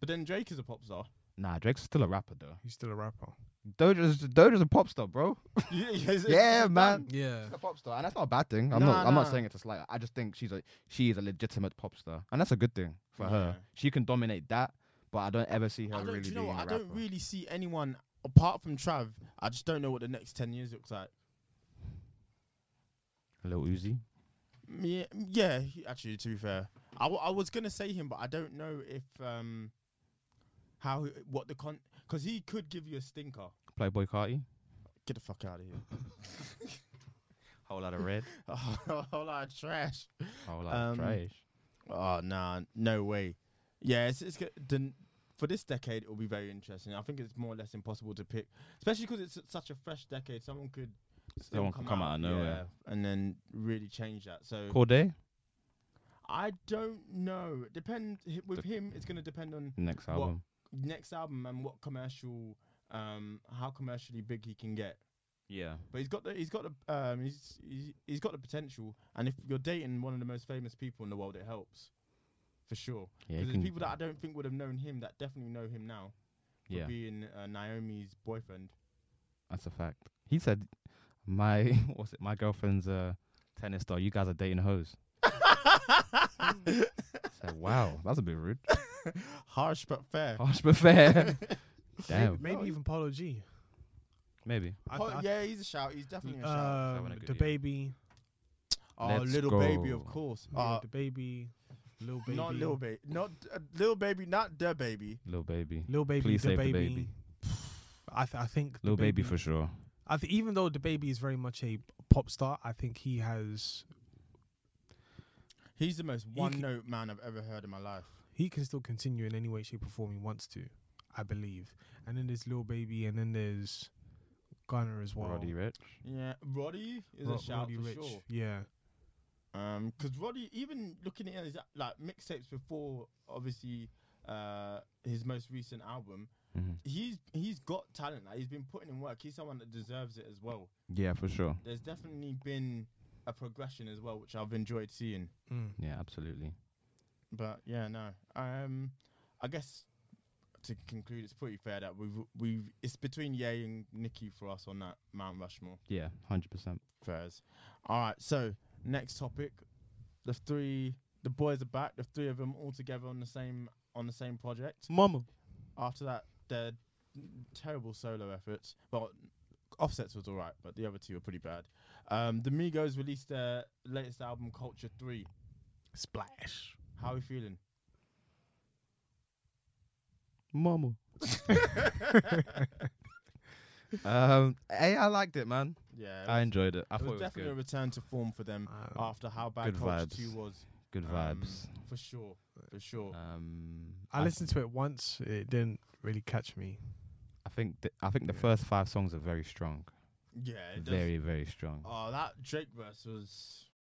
Speaker 3: but then Drake is a pop star.
Speaker 4: Nah, Drake's still a rapper though.
Speaker 2: He's still a rapper.
Speaker 4: Doja's Doja's a pop star, bro.
Speaker 3: yeah, it's- it's-
Speaker 4: yeah,
Speaker 3: it's
Speaker 4: man.
Speaker 3: done.
Speaker 2: Yeah.
Speaker 4: She's a pop star, and that's not a bad thing. I'm
Speaker 3: Nah,
Speaker 4: not. I'm
Speaker 3: nah.
Speaker 4: not saying it to slight. her. I just think she's a she is a legitimate pop star, and that's a good thing for her.
Speaker 3: Yeah.
Speaker 4: She can dominate that, but I don't ever see her
Speaker 3: I don't,
Speaker 4: really
Speaker 3: do you know
Speaker 4: being
Speaker 3: what?
Speaker 4: a
Speaker 3: I
Speaker 4: rapper.
Speaker 3: don't really see anyone apart from Trav. I just don't know what the next ten years looks like.
Speaker 4: Little Uzi.
Speaker 3: Yeah, yeah. he- Actually, to be fair, I, w- I was gonna say him, but I don't know if um how what the con because he could give you a stinker.
Speaker 4: Playboy Carti.
Speaker 3: Get the fuck out of here.
Speaker 4: Whole lot of red.
Speaker 3: a whole lot of trash.
Speaker 4: Whole lot
Speaker 3: Um,
Speaker 4: of trash.
Speaker 3: Oh nah, no way. Yeah, it's, it's go- the, n- for this decade it will be very interesting. I think it's more or less impossible to pick, especially because it's such a fresh decade. Someone could still
Speaker 4: Someone could come out of nowhere.
Speaker 3: yeah, and then really change that. So
Speaker 4: Corday
Speaker 3: I don't know. Depend hi- with him. It's going to depend on
Speaker 4: next
Speaker 3: What?
Speaker 4: album.
Speaker 3: next album and what commercial, um, how commercially big he can get.
Speaker 4: Yeah.
Speaker 3: But he's got the he's got the um he's he's, he's got the potential, and if you're dating one of the most famous people in the world, it helps, for sure.
Speaker 4: Yeah,
Speaker 3: Because
Speaker 4: you
Speaker 3: there's
Speaker 4: can-
Speaker 3: people that I don't think would have known him that definitely know him now. For
Speaker 4: Yeah.
Speaker 3: being uh, Naomi's boyfriend.
Speaker 4: That's a fact. He said, "My what's it? My girlfriend's uh, tennis star. You guys are dating hoes." I said, "Wow, that's a bit rude,
Speaker 3: Harsh but fair.
Speaker 4: harsh but fair."
Speaker 2: Maybe,
Speaker 4: Damn,
Speaker 2: maybe even Paulo G.
Speaker 4: maybe.
Speaker 2: I-
Speaker 3: Oh,
Speaker 2: I-
Speaker 3: yeah, he's a shout. He's definitely a shout.
Speaker 4: Having a
Speaker 2: Um,
Speaker 4: good
Speaker 2: the
Speaker 4: year.
Speaker 2: baby,
Speaker 3: Oh,
Speaker 4: let's
Speaker 3: little baby, of
Speaker 4: go.
Speaker 3: course.
Speaker 2: yeah,
Speaker 3: Uh,
Speaker 2: the baby, little baby,
Speaker 3: not little baby, not uh, little baby, not the baby.
Speaker 4: Little baby,
Speaker 2: Lil baby,
Speaker 4: Please
Speaker 2: the
Speaker 4: save the
Speaker 2: baby.
Speaker 4: baby.
Speaker 2: I th- I think
Speaker 4: little
Speaker 2: the
Speaker 4: baby for sure.
Speaker 2: I th- even though the baby is very much a pop star, I think he has
Speaker 3: He's the most
Speaker 2: c-
Speaker 3: one-note man I've ever heard in my life.
Speaker 2: he can still continue in any way, shape, or form he wants to, I believe. And then there's little baby, and then there's Gunner as well.
Speaker 4: Roddy Rich.
Speaker 3: Yeah, Roddy is
Speaker 2: Ro-
Speaker 3: a shout
Speaker 2: Roddy
Speaker 3: for
Speaker 2: Rich,
Speaker 3: sure.
Speaker 2: yeah.
Speaker 3: Um, because Roddy, even looking at his like mixtapes before, obviously, uh, his most recent album,
Speaker 4: Mhm.
Speaker 3: he's he's got talent. Like he's been putting in work. He's someone that deserves it as well.
Speaker 4: Yeah, for sure.
Speaker 3: There's definitely been a progression as well, which I've enjoyed seeing.
Speaker 2: Mm.
Speaker 4: Yeah, absolutely.
Speaker 3: But yeah, no. Um, I guess to conclude, it's pretty fair that we've we've it's between Ye and Nikki for us on that Mount Rushmore.
Speaker 4: Yeah, hundred percent.
Speaker 3: Fairs. All right. So next topic, the three the boys are back. The three of them all together on the same on the same project.
Speaker 4: Mama.
Speaker 3: After that, their terrible solo efforts. Well, Offsets was alright, but the other two were pretty bad. Um, the Migos released their latest album, Culture Three.
Speaker 2: Splash.
Speaker 3: How are we feeling?
Speaker 4: Mama. um, hey, I liked it, man.
Speaker 3: Yeah. it
Speaker 4: I
Speaker 3: was-
Speaker 4: enjoyed it. I
Speaker 3: it
Speaker 4: thought
Speaker 3: was
Speaker 4: it was
Speaker 3: definitely a
Speaker 4: good.
Speaker 3: return to form for them
Speaker 2: Um,
Speaker 3: after how bad
Speaker 4: good
Speaker 3: Culture
Speaker 4: vibes.
Speaker 3: Two was.
Speaker 4: Good
Speaker 3: um,
Speaker 4: vibes.
Speaker 3: for sure, for sure.
Speaker 4: Um,
Speaker 2: I listened to it once. It didn't really catch me.
Speaker 4: I think th- I think the
Speaker 3: Yeah.
Speaker 4: first five songs are very strong.
Speaker 3: yeah, it does.
Speaker 4: Very very strong.
Speaker 3: Oh, that Drake verse was.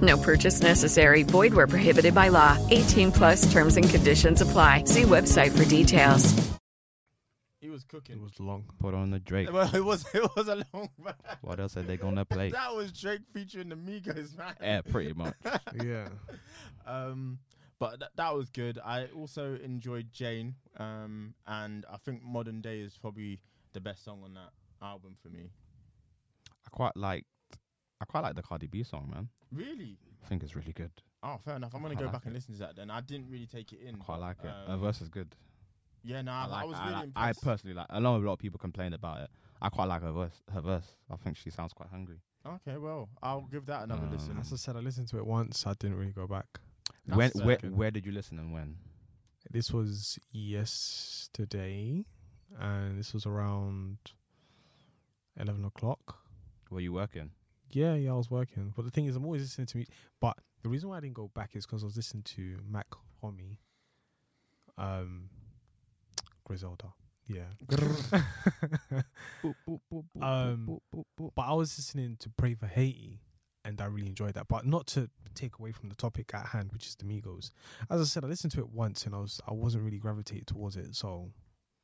Speaker 5: No purchase necessary. Void where prohibited by law. 18 plus terms and conditions apply. See website for details.
Speaker 3: He was cooking.
Speaker 2: It was long.
Speaker 4: Put on the Drake.
Speaker 3: Well, it was it was a long rap.
Speaker 4: What else are they gonna play?
Speaker 3: That was Drake featuring the Migos, man.
Speaker 4: yeah, pretty much.
Speaker 2: Yeah.
Speaker 3: Um, but th- that was good. I also enjoyed Jane. Um, and I think Modern Day is probably the best song on that album for me.
Speaker 4: I quite liked. I quite like the Cardi B song, man.
Speaker 3: Really?
Speaker 4: I think it's really good.
Speaker 3: Oh, fair enough. I'm gonna
Speaker 4: I
Speaker 3: go
Speaker 4: like
Speaker 3: back and
Speaker 4: it.
Speaker 3: listen to that then. I didn't really take it in.
Speaker 4: I quite
Speaker 3: but,
Speaker 4: like it. Uh,
Speaker 3: um,
Speaker 4: verse is good.
Speaker 3: yeah, no, I,
Speaker 4: I,
Speaker 3: I
Speaker 4: like,
Speaker 3: was
Speaker 4: I,
Speaker 3: really
Speaker 4: like- I
Speaker 3: impressed.
Speaker 4: personally like. I know a lot of people complain about it. I quite like her verse. Her verse. I think she sounds quite hungry.
Speaker 3: okay, well, I'll give that another
Speaker 4: Um,
Speaker 3: listen.
Speaker 2: As I said, I listened to it once. I didn't really go back.
Speaker 4: when?
Speaker 3: That's
Speaker 4: Where?
Speaker 3: sick.
Speaker 4: Where did you listen and when?
Speaker 2: This was yesterday, and this was around eleven o'clock.
Speaker 4: Were you working?
Speaker 2: Yeah, yeah, I was working. But the thing is, I'm always listening to me. But the reason why I didn't go back is because I was listening to Mac Homie, um, Griselda. Yeah. Um, but I was listening to Pray for Haiti, and I really enjoyed that. But not to take away from the topic at hand, which is the Migos. As I said, I listened to it once, and I was I wasn't really gravitated towards it. So,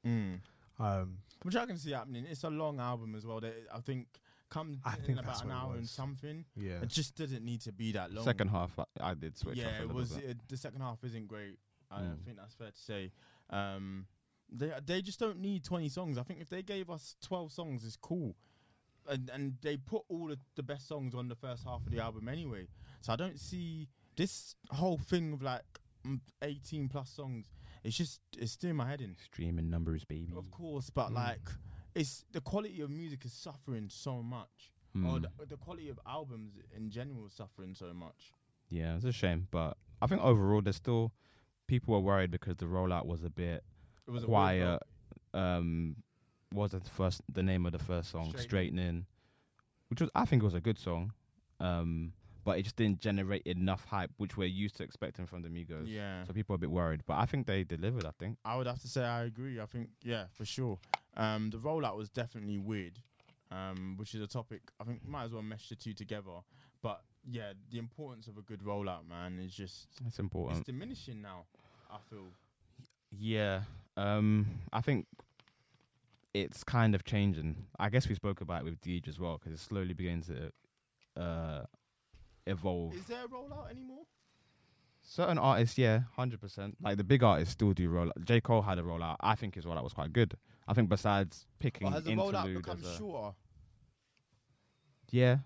Speaker 3: Mm.
Speaker 2: um,
Speaker 3: Which I can see happening. It's a long album as well. That I think comes
Speaker 2: I
Speaker 3: in
Speaker 2: think that's
Speaker 3: about an
Speaker 2: what it
Speaker 3: hour and
Speaker 2: was.
Speaker 3: something.
Speaker 2: yeah,
Speaker 3: It just doesn't need to be that long.
Speaker 4: Second half, I- I did switch. off
Speaker 3: yeah,
Speaker 4: a
Speaker 3: it
Speaker 4: little
Speaker 3: was
Speaker 4: bit.
Speaker 3: it, the second half isn't great. I
Speaker 4: Mm.
Speaker 3: think that's fair to say. Um, they they just don't need twenty songs. I think if they gave us twelve songs, it's cool. And and they put all of the best songs on the first half of the album anyway. So I don't see this whole thing of like mm, eighteen plus songs. It's just it's still my head in.
Speaker 4: Streaming numbers, baby.
Speaker 3: Of course,
Speaker 4: Mm.
Speaker 3: but like, it's the quality of music is suffering so much. Or
Speaker 4: Mm.
Speaker 3: the, the quality of albums in general is suffering so much.
Speaker 4: Yeah, it's a shame, but I think overall there's still people were worried because the rollout was a bit
Speaker 3: It was a weird
Speaker 4: quiet.
Speaker 3: rock.
Speaker 4: Um, what was the first the name of the first song
Speaker 3: Straightening.
Speaker 4: straightening, which was I think was a good song, um, but it just didn't generate enough hype, which we're used to expecting from the Migos.
Speaker 3: Yeah.
Speaker 4: uh, So people are a bit worried, but I think they delivered. I think
Speaker 3: I would have to say I agree. I think yeah, for sure. Um, the rollout was definitely weird, um, which is a topic I think might as well mesh the two together. But yeah, the importance of a good rollout, man, is just
Speaker 4: it's
Speaker 3: it's
Speaker 4: important.
Speaker 3: diminishing now. I feel.
Speaker 4: Yeah. Um, I think it's kind of changing. I guess we spoke about it with Deej as well because it's slowly beginning to uh, evolve.
Speaker 3: Is there a rollout anymore?
Speaker 4: Certain artists, yeah, hundred percent. Like the big artists still do roll. J Cole had a rollout. I think his rollout was quite good. I think besides picking
Speaker 3: But has the rollout
Speaker 4: interlude,
Speaker 3: become
Speaker 4: as a-
Speaker 3: shorter? 'Cause
Speaker 4: yeah,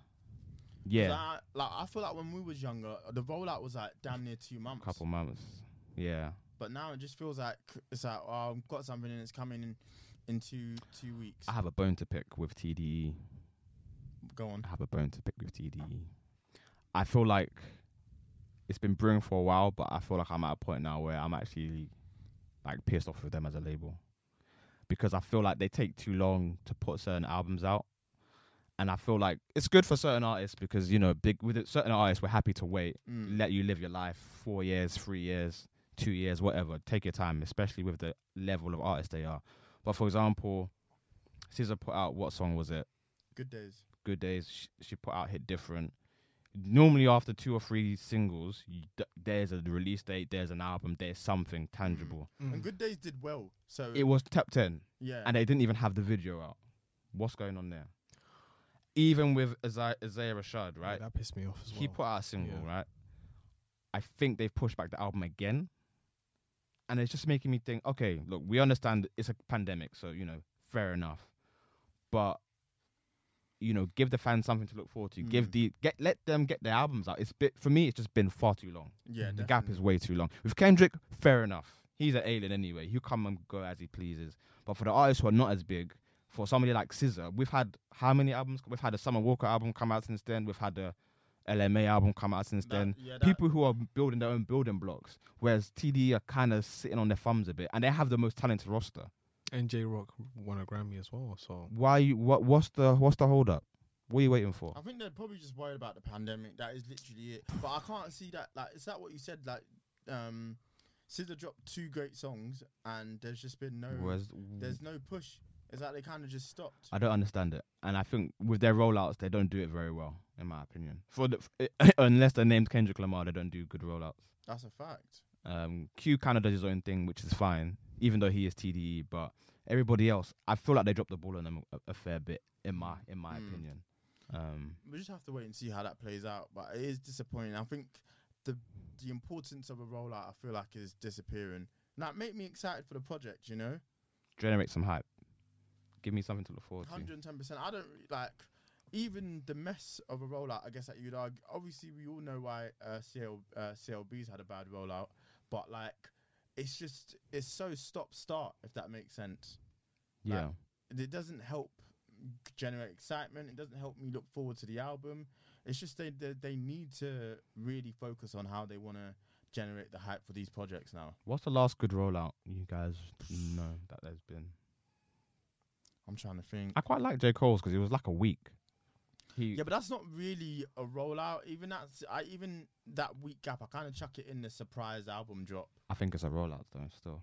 Speaker 4: yeah,
Speaker 3: I, like I feel like when we was younger, the rollout was like damn near two months.
Speaker 4: couple months, yeah.
Speaker 3: But now it just feels like it's like oh, I've got something and it's coming in in two two weeks.
Speaker 4: I have a bone to pick with E. TDE.
Speaker 3: Go on.
Speaker 4: I have a bone to pick with TDE. I feel like it's been brewing for a while, but I feel like I'm at a point now where I'm actually like pissed off with them as a label because I feel like they take too long to put certain albums out. And I feel like it's good for certain artists because you know, big with it- certain artists, we're happy to wait,
Speaker 3: Mm.
Speaker 4: let you live your life four years, three years, two years, whatever. Take your time, especially with the level of artists they are. But for example, Caesar put out what song was it?
Speaker 3: Good days.
Speaker 4: good days she, she put out hit different normally after two or three singles you, d- there's a release date there's an album there's something tangible
Speaker 3: And Good Days did well. So
Speaker 4: it was top 10
Speaker 3: yeah.
Speaker 4: and they didn't even have the video out what's going on there even with isaiah, isaiah rashad
Speaker 2: Yeah,
Speaker 4: right
Speaker 2: that pissed me off as well.
Speaker 4: he put out a single
Speaker 2: Yeah.
Speaker 4: right i think they've pushed back the album again and it's just making me think okay look we understand it's a pandemic so you know fair enough but you know give the fans something to look forward to
Speaker 2: Mm.
Speaker 4: give the get let them get their albums out it's bit for me it's just been far too long
Speaker 3: Yeah,
Speaker 4: the gap is way too long with kendrick fair enough he's an alien anyway he'll come and go as he pleases But for the artists who are not as big, for somebody like Scissor, we've had how many albums? We've had a Summer Walker album come out since then. We've had a LMA album come out since
Speaker 3: That-
Speaker 4: then.
Speaker 3: yeah, that-
Speaker 4: People who are building their own building blocks, whereas TD are kind of sitting on their thumbs a bit, and they have the most talented roster.
Speaker 2: And J Rock won a Grammy as well. So
Speaker 4: Why? You, what? What's the? What's the hold up? What are you waiting for?
Speaker 3: I think they're probably just worried about the pandemic. That is literally it. But I can't see that. Like, is that what you said? Like, um, SZA dropped two great songs, and there's just been no,
Speaker 4: Whereas-
Speaker 3: there's no push. It's like they kind of just stopped.
Speaker 4: I don't understand it, and I think with their rollouts, they don't do it very well, in my opinion. For the, eh, unless they're named Kendrick Lamar, they don't do good rollouts.
Speaker 3: That's a fact.
Speaker 4: Um, Q kind of does his own thing, which is fine, even though he is TDE. But everybody else, I feel like they dropped the ball on them a, a fair bit, in my in my
Speaker 3: Hmm.
Speaker 4: opinion. Um,
Speaker 3: We just have to wait and see how that plays out. But it is disappointing. I think the the importance of a rollout, I feel like, is disappearing. And that made me excited for the project. You know,
Speaker 4: generate some hype. Give me something to look forward to.
Speaker 3: hundred and ten percent. I don't re- like even the mess of a rollout. I guess that you'd argue. Obviously, we all know why uh, CL, uh, CLB's had a bad rollout, but like it's just it's so stop start. If that makes sense,
Speaker 4: Yeah.
Speaker 3: it doesn't help generate excitement. It doesn't help me look forward to the album. It's just they they, they need to really focus on how they want to generate the hype for these projects now.
Speaker 4: What's the last good rollout you guys know that there's been?
Speaker 3: I'm trying to think.
Speaker 4: I quite like J Cole's because it was like a week. He
Speaker 3: Yeah, but that's not really a rollout. Even that's I even that week gap, I kind of chuck it in the surprise album drop.
Speaker 4: I think it's a rollout though, still,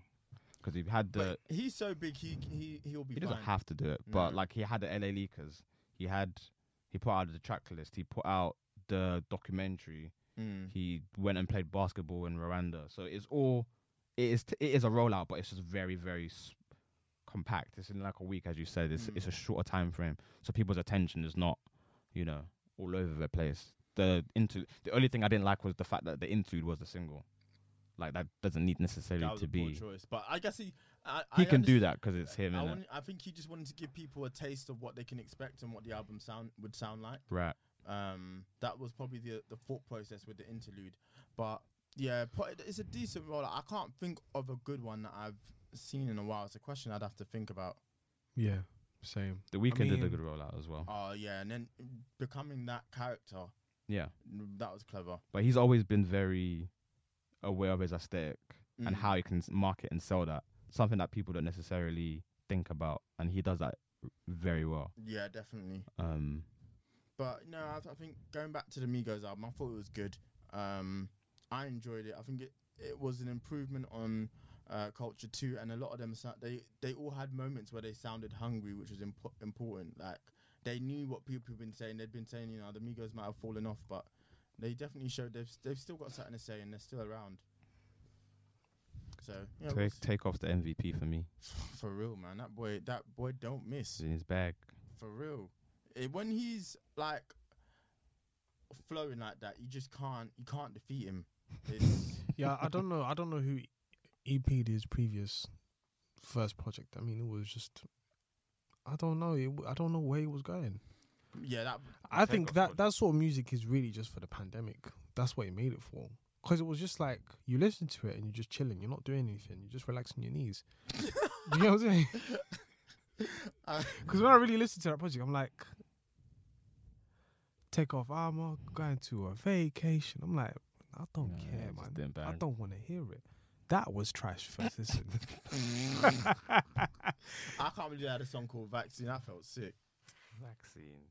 Speaker 4: because he had the
Speaker 3: but he's so big, he he he'll be.
Speaker 4: he doesn't
Speaker 3: fine.
Speaker 4: have to do it, but
Speaker 3: No.
Speaker 4: like he had the LA Leakers, he had he put out the track list, he put out the documentary,
Speaker 3: Mm.
Speaker 4: he went and played basketball in Rwanda, so it's all it is t- it is a rollout, but it's just very very s- compact. It's in like a week, as you said. It's it's a
Speaker 3: Mm.
Speaker 4: shorter time frame, so people's attention is not you know all over the place. The into the only thing I didn't like was the fact that the interlude was the single. Like that doesn't need necessarily
Speaker 3: That was
Speaker 4: to
Speaker 3: a poor
Speaker 4: be.
Speaker 3: choice, but I guess he. I,
Speaker 4: He
Speaker 3: I
Speaker 4: can do
Speaker 3: underst-
Speaker 4: that 'cause it's him,
Speaker 3: I,
Speaker 4: innit?
Speaker 3: wanted- I think he just wanted to give people a taste of what they can expect and what the album sound would sound like.
Speaker 4: Right.
Speaker 3: Um, that was probably the the thought process with the interlude, but yeah, pro- it's a decent rollout. I can't think of a good one that I've seen in a while. It's a question I'd have to think about.
Speaker 2: yeah, same.
Speaker 4: The weekend did a
Speaker 2: mean-
Speaker 4: good rollout as well.
Speaker 3: Oh yeah, and then becoming that character,
Speaker 4: Yeah.
Speaker 3: mm, that was clever.
Speaker 4: but he's always been very aware of his aesthetic and
Speaker 3: Mm.
Speaker 4: how he can s- market and sell that. Something that people don't necessarily think about, and he does that very well.
Speaker 3: Yeah, definitely.
Speaker 4: Um,
Speaker 3: But no, I, th- I think going back to the Migos album, I thought it was good. Um, I enjoyed it. I think it, it was an improvement on uh, Culture Two, and a lot of them sou- they they all had moments where they sounded hungry, which was impo- important. Like they knew what people had been saying. They'd been saying, you know, the Migos might have fallen off, but they definitely showed they've s- they've still got something to say, and they're still around. So yeah, it was-
Speaker 4: take take off the MVP for me.
Speaker 3: for real, man, that boy that boy don't miss.
Speaker 4: It's in his bag.
Speaker 3: For real. It, when he's like flowing like that, you just can't you can't defeat him. It's
Speaker 2: Yeah, I don't know. I don't know who EP'd his previous first project. I mean, it was just. I don't know. It, w- I don't know where he was going.
Speaker 3: yeah, that
Speaker 2: I think that that sort of music is really just for the pandemic. That's what he made it for. Because it was just like you listen to it and you're just chilling. You're not doing anything. You're just relaxing your knees. you know what I'm saying? Because when I really listen to that project, I'm like, take off armor, going to a vacation. I'm like, I don't
Speaker 4: Yeah,
Speaker 2: care,
Speaker 4: just the
Speaker 2: man. I
Speaker 4: embarrass-
Speaker 2: don't want to hear it. That was trash first listen.
Speaker 3: I can't believe they had a song called Vaccine. I felt sick.
Speaker 4: Vaccine.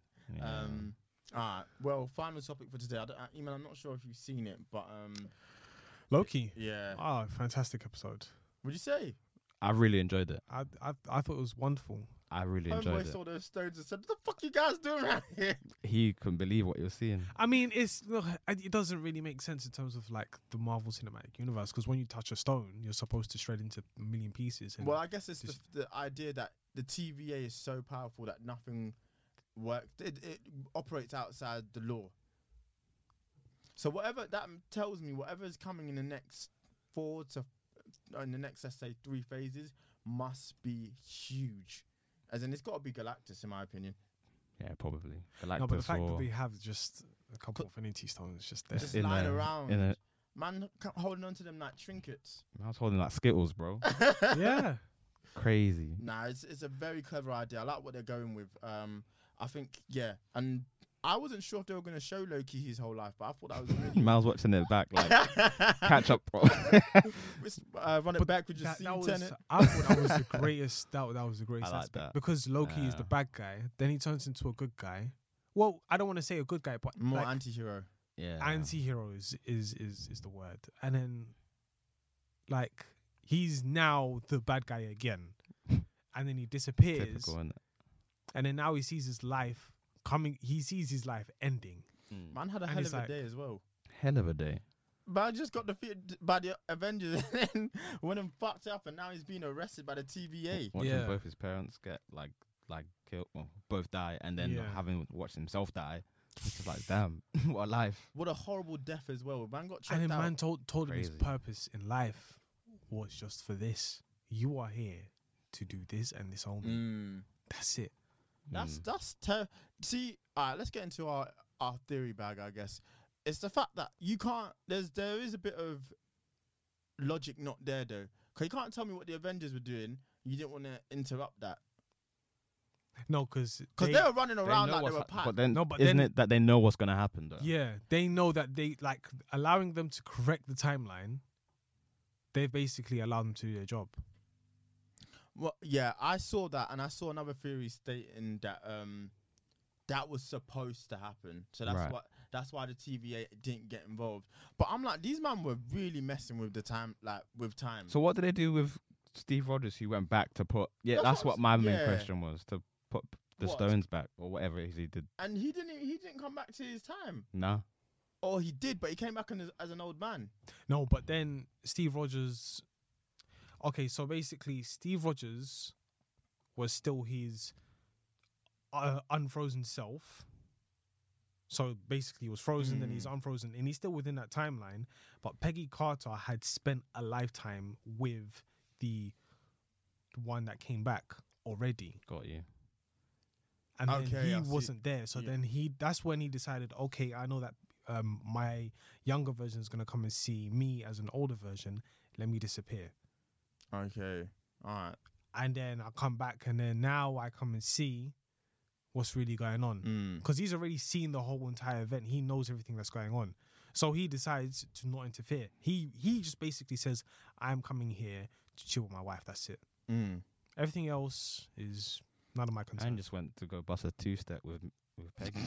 Speaker 3: Um Alright, well, final topic for today. I don't, I, Eamon, I'm not sure if you've seen it, but um,
Speaker 2: Loki.
Speaker 3: yeah.
Speaker 2: Oh, fantastic episode.
Speaker 3: Would you say?
Speaker 4: I really enjoyed it.
Speaker 2: I, I I thought it was wonderful.
Speaker 4: I really
Speaker 3: Homeboy
Speaker 4: enjoyed it.
Speaker 3: saw those stones and said, "What the fuck you guys doing around here?"
Speaker 4: He couldn't believe what he was seeing.
Speaker 2: I mean, it's look, it doesn't really make sense in terms of like the Marvel Cinematic Universe because when you touch a stone, you're supposed to shred into a million pieces. And
Speaker 3: Well, I guess it's the,
Speaker 2: Just-
Speaker 3: the idea that the TVA is so powerful that nothing works. It, it operates outside the law. So whatever that m- tells me, whatever is coming in the next four to uh, in the next, let's say, three phases, must be huge. As in, it's got to be Galactus, in my opinion.
Speaker 4: Yeah, probably. Galactus
Speaker 2: no, but the fact that
Speaker 4: or
Speaker 2: they have just a couple of Infinity Stones just there.
Speaker 3: Just
Speaker 4: in
Speaker 3: lying
Speaker 4: a-
Speaker 3: around,
Speaker 4: in a-
Speaker 3: man, c- holding on to them like trinkets.
Speaker 4: I was holding like Skittles, bro.
Speaker 2: yeah,
Speaker 4: crazy.
Speaker 3: Nah, it's, it's a very clever idea. I like what they're going with. Um, I think yeah, and I wasn't sure if they were gonna show Loki his whole life, but I thought that was really
Speaker 4: Mal's watching it back, like catch up, bro.
Speaker 3: Let's, uh, run it back with
Speaker 2: That,
Speaker 3: just scene
Speaker 2: that was, uh,
Speaker 3: tenant.
Speaker 2: I thought that was the greatest. That, that was the greatest
Speaker 4: I like
Speaker 2: aspect
Speaker 4: that.
Speaker 2: because Loki is
Speaker 4: Yeah.
Speaker 2: the bad guy. Then he turns into a good guy. Well, I don't want to say a good guy, but
Speaker 3: More
Speaker 2: like,
Speaker 3: anti-hero.
Speaker 4: yeah,
Speaker 2: anti-hero is, is is is the word. And then, like, he's now the bad guy again. And then he disappears.
Speaker 4: typical. innit?
Speaker 2: and then now he sees his life coming. He sees his life ending.
Speaker 4: Mm.
Speaker 3: Man had a
Speaker 2: And
Speaker 3: hell
Speaker 2: it's
Speaker 3: of a
Speaker 2: like-
Speaker 3: day as well.
Speaker 4: Hell of a day.
Speaker 3: But I just got defeated by the Avengers and then when him fucked up and now he's being arrested by the TVA.
Speaker 4: Watching
Speaker 2: Yeah.
Speaker 4: both his parents get like like killed, well, both die, and then
Speaker 2: Yeah.
Speaker 4: having watched himself die, it's just like damn, what a life.
Speaker 3: What a horrible death as well. Man got
Speaker 2: and
Speaker 3: chucked
Speaker 2: then
Speaker 3: out.
Speaker 2: man told told him
Speaker 4: Crazy.
Speaker 2: his purpose in life was just for this. You are here to do this and this only.
Speaker 3: Mm.
Speaker 2: That's it.
Speaker 4: Mm.
Speaker 3: That's that's ter- see. All right, let's get into our our theory bag. I guess it's the fact that you can't. There's there is a bit of logic not there though. 'Cause you can't tell me what the Avengers were doing. You didn't want to interrupt that
Speaker 2: No, because
Speaker 3: because they, were running around
Speaker 4: know
Speaker 3: like they
Speaker 4: what's
Speaker 3: were
Speaker 4: hap-
Speaker 3: packed.
Speaker 4: But then,
Speaker 2: No, but
Speaker 4: isn't
Speaker 2: then-
Speaker 4: it that they know what's gonna happen though?
Speaker 2: yeah they know that they like allowing them to correct the timeline. They've basically allowed them to do their job.
Speaker 3: Well, yeah, I saw that, and I saw another theory stating that um that was supposed to happen. So that's
Speaker 4: Right.
Speaker 3: what that's why the TVA didn't get involved. But I'm like, these man were really messing with the time, like with time.
Speaker 4: So what did they do with Steve Rogers? Who went back to put? Yeah, that's,
Speaker 3: That's
Speaker 4: what
Speaker 3: what I'm
Speaker 4: my
Speaker 3: s-
Speaker 4: main
Speaker 3: yeah.
Speaker 4: question was to put the
Speaker 3: What?
Speaker 4: stones back or whatever it is he did.
Speaker 3: and he didn't he didn't come back to his time.
Speaker 4: Nah,
Speaker 3: Oh, he did, but he came back as, as an old man.
Speaker 2: No, but then Steve Rogers. Okay, so basically, Steve Rogers was still his uh, unfrozen self. So basically, he was frozen, then he's unfrozen, and he's still within that timeline. But Peggy Carter had spent a lifetime with the one that came back already,
Speaker 4: got you.
Speaker 2: and then
Speaker 3: Okay,
Speaker 2: he
Speaker 3: I see.
Speaker 2: wasn't there. So
Speaker 3: Yeah.
Speaker 2: then he that's when he decided, okay, I know that um, my younger version is gonna come and see me as an older version. Let me disappear,
Speaker 3: Okay, all right.
Speaker 2: and then I come back, and then now I come and see what's really going on
Speaker 3: Mm.
Speaker 2: because he's already seen the whole entire event. He knows everything that's going on, so he decides to not interfere. He he just basically says, "I'm coming here to chill with my wife. That's it.
Speaker 3: Mm.
Speaker 2: Everything else is none of my
Speaker 4: And
Speaker 2: concern."
Speaker 4: just went to go bust a two step with with Peggy.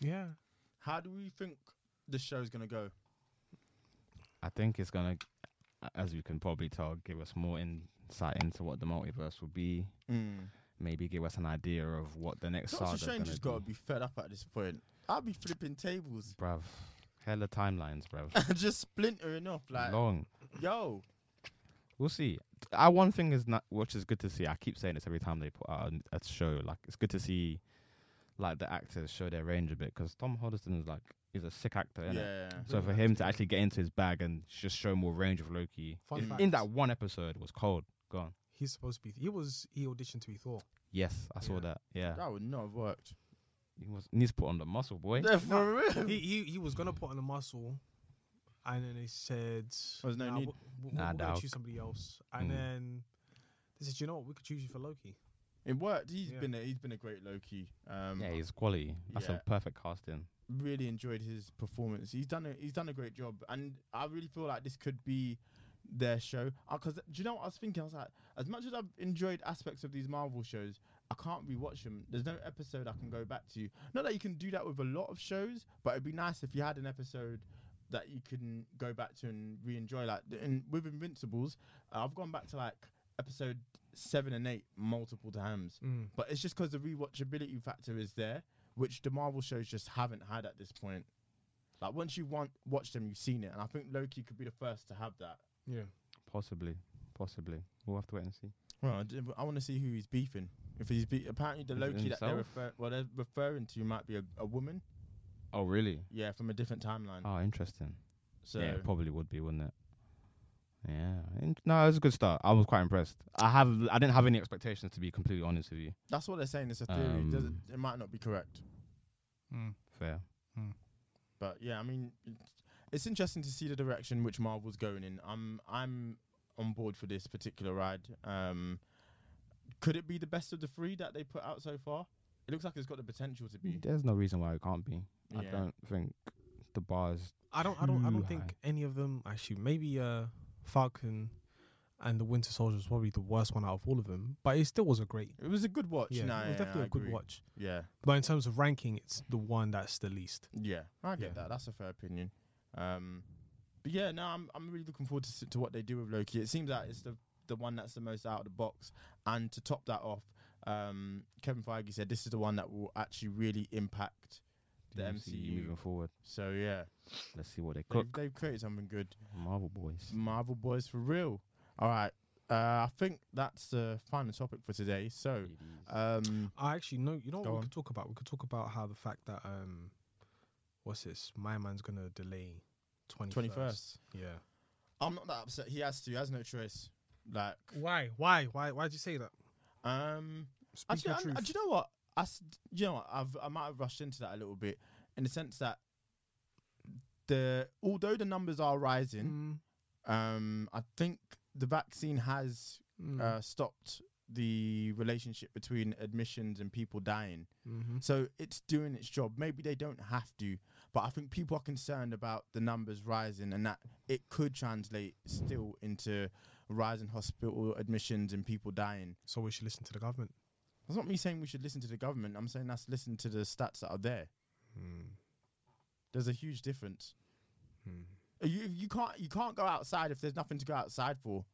Speaker 2: Yeah,
Speaker 3: How do we think the show's gonna go?
Speaker 4: I think it's gonna, as you can probably tell, give us more insight into what the multiverse will be.
Speaker 3: Mm.
Speaker 4: Maybe give us an idea of what the next
Speaker 3: Doctor
Speaker 4: saga gonna
Speaker 3: Strange has got to be fed up at this point. I'd be flipping tables,
Speaker 4: Bruv, hella timelines, bruv.
Speaker 3: just splintering off like,
Speaker 4: Long.
Speaker 3: yo.
Speaker 4: We'll see. I one thing is not which is good to see. I keep saying this every time they put out a, a show. Like it's good to see, like the actors show their range a bit because Tom Hiddleston is like he's a sick actor. Innit?
Speaker 3: Yeah.
Speaker 4: So for him to actually get into his bag and just show more range of Loki
Speaker 2: Fun
Speaker 4: in,
Speaker 2: fact.
Speaker 4: in that one episode was cold. Gone.
Speaker 2: he's supposed to be. He was he auditioned to be Thor.
Speaker 4: Yes, I saw
Speaker 2: Yeah.
Speaker 4: that. Yeah,
Speaker 3: That would not have worked.
Speaker 4: he was he needs to put on the muscle, boy.
Speaker 3: Yeah, for real.
Speaker 2: he, he he was gonna put on a muscle, and then they said,
Speaker 3: Oh, There's no need."
Speaker 2: We, we,
Speaker 4: Nah,
Speaker 2: are
Speaker 4: dawg.
Speaker 2: gonna choose somebody else." And
Speaker 4: Mm.
Speaker 2: then they said, "You know what? We could choose you for Loki."
Speaker 3: It worked. He's
Speaker 2: Yeah.
Speaker 3: been a, he's been a great Loki. Um,
Speaker 4: Yeah, he's quality. That's
Speaker 3: Yeah.
Speaker 4: a perfect casting.
Speaker 3: really enjoyed his performance. He's done a he's done a great job, and I really feel like this could be their show. Because do you know what I was thinking? I was like, as much as I've enjoyed aspects of these Marvel shows, I can't rewatch them. There's no episode I can go back to. Not that you can do that with a lot of shows, but it'd be nice if you had an episode that you can go back to and re-enjoy. Like th- in, with Invincibles, uh, I've gone back to like episode seven and eight multiple times. But it's just because the rewatchability factor is there, which the Marvel shows just haven't had at this point. Like once you want watch them, you've seen it, and I think Loki could be the first to have that.
Speaker 2: Yeah,
Speaker 4: Possibly, possibly. We'll have to wait and see.
Speaker 3: Well, I, want to see who he's beefing. If he's be- apparently the
Speaker 4: Is it
Speaker 3: Loki that they're,
Speaker 4: himself?
Speaker 3: refer- well, they're referring to might be a, a woman,
Speaker 4: Oh really?
Speaker 3: yeah, from a different timeline.
Speaker 4: Oh, interesting.
Speaker 3: so
Speaker 4: Yeah, it probably would be, wouldn't it? Yeah. In- No, it was a good start. I was quite impressed. I have I didn't have any expectations to be completely honest with you.
Speaker 3: that's what they're saying. It's a theory.
Speaker 4: Um,
Speaker 3: It doesn't, it might not be correct,
Speaker 4: Fair.
Speaker 3: but yeah, I mean, it's, it's interesting to see the direction which Marvel's going in. I'm I'm on board for this particular ride. Um, could it be the best of the three that they put out so far? It looks like it's got the potential to be.
Speaker 4: There's no reason why it can't be. I
Speaker 3: Yeah.
Speaker 4: don't think the bar is
Speaker 2: I don't. I don't. I
Speaker 4: Too
Speaker 2: don't think
Speaker 4: high.
Speaker 2: any of them actually. Maybe uh, Falcon and the Winter Soldier is probably the worst one out of all of them. But it still was a great.
Speaker 3: It was a good watch.
Speaker 2: Yeah,
Speaker 3: Nah,
Speaker 2: it was definitely
Speaker 3: I
Speaker 2: a good
Speaker 3: agree.
Speaker 2: watch.
Speaker 3: Yeah,
Speaker 2: But in terms of ranking, it's the one that's the least.
Speaker 3: yeah, I get
Speaker 2: Yeah.
Speaker 3: that. That's a fair opinion. Um, but yeah, no, I'm I'm really looking forward to s- to what they do with Loki. It seems that it's the the one that's the most out of the box. And to top that off, um, Kevin Feige said this is the one that will actually really impact the MCU.
Speaker 4: moving forward.
Speaker 3: So yeah,
Speaker 4: Let's see what they
Speaker 3: they've,
Speaker 4: cook.
Speaker 3: they've created something good.
Speaker 4: Marvel boys.
Speaker 3: Marvel boys for real. All right. Uh, I think that's the final topic for today. So, um,
Speaker 2: I actually no. You know what
Speaker 3: Go
Speaker 2: we
Speaker 3: on.
Speaker 2: could talk about? We could talk about how the fact that um, what's this? My man's gonna delay twenty
Speaker 3: 21st.
Speaker 2: Yeah.
Speaker 3: I'm not that upset. He has to. He has no choice. Like,
Speaker 2: Why? Why? Why? Why'd you say that?
Speaker 3: um,
Speaker 2: Speak
Speaker 3: actually,
Speaker 2: your
Speaker 3: I,
Speaker 2: truth.
Speaker 3: I- do you know what? I, s- you know, what? I've I might have rushed into that a little bit in the sense that the although the numbers are rising,
Speaker 2: Mm,
Speaker 3: um, I think the vaccine has
Speaker 2: mm,
Speaker 3: uh, stopped the relationship between admissions and people dying.
Speaker 2: mhm.
Speaker 3: So it's doing its job. Maybe they don't have to, but I think people are concerned about the numbers rising and that it could translate still into rising hospital admissions and people dying.
Speaker 2: So we should listen to the government.
Speaker 3: That's not me saying we should listen to the government. I'm saying that's listen to the stats that are there.
Speaker 4: Hmm.
Speaker 3: There's a huge difference. Uh, You you can't you can't go outside if there's nothing to go outside for.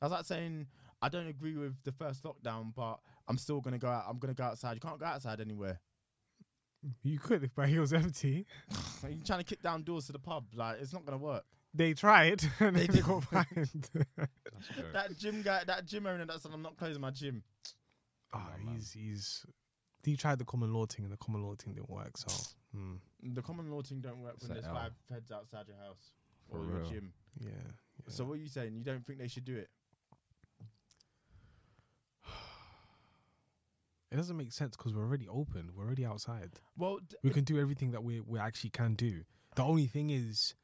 Speaker 3: That's like saying I don't agree with the first lockdown, but I'm still gonna go out. I'm gonna go outside. You can't go outside anywhere.
Speaker 2: You could if my heel's empty.
Speaker 3: Like, you're trying to kick down doors to the pub. Like it's not gonna work.
Speaker 2: They tried and
Speaker 3: They
Speaker 2: they, they
Speaker 3: did.
Speaker 2: got fined.
Speaker 3: That gym guy, that gym owner, that said I'm not closing my gym.
Speaker 2: Ah, he's he's he tried the common law thing and the common law thing didn't work. So mm,
Speaker 3: The common law thing don't work
Speaker 4: It's
Speaker 3: when
Speaker 4: a
Speaker 3: there's
Speaker 4: L.
Speaker 3: five feds outside your house
Speaker 4: For
Speaker 3: or your
Speaker 4: real.
Speaker 3: gym.
Speaker 2: yeah,
Speaker 3: So what are you saying? You don't think they should do it?
Speaker 2: it doesn't make sense because we're already open. We're already outside.
Speaker 3: Well, d-
Speaker 2: We can do everything that we we actually can do. The only thing is,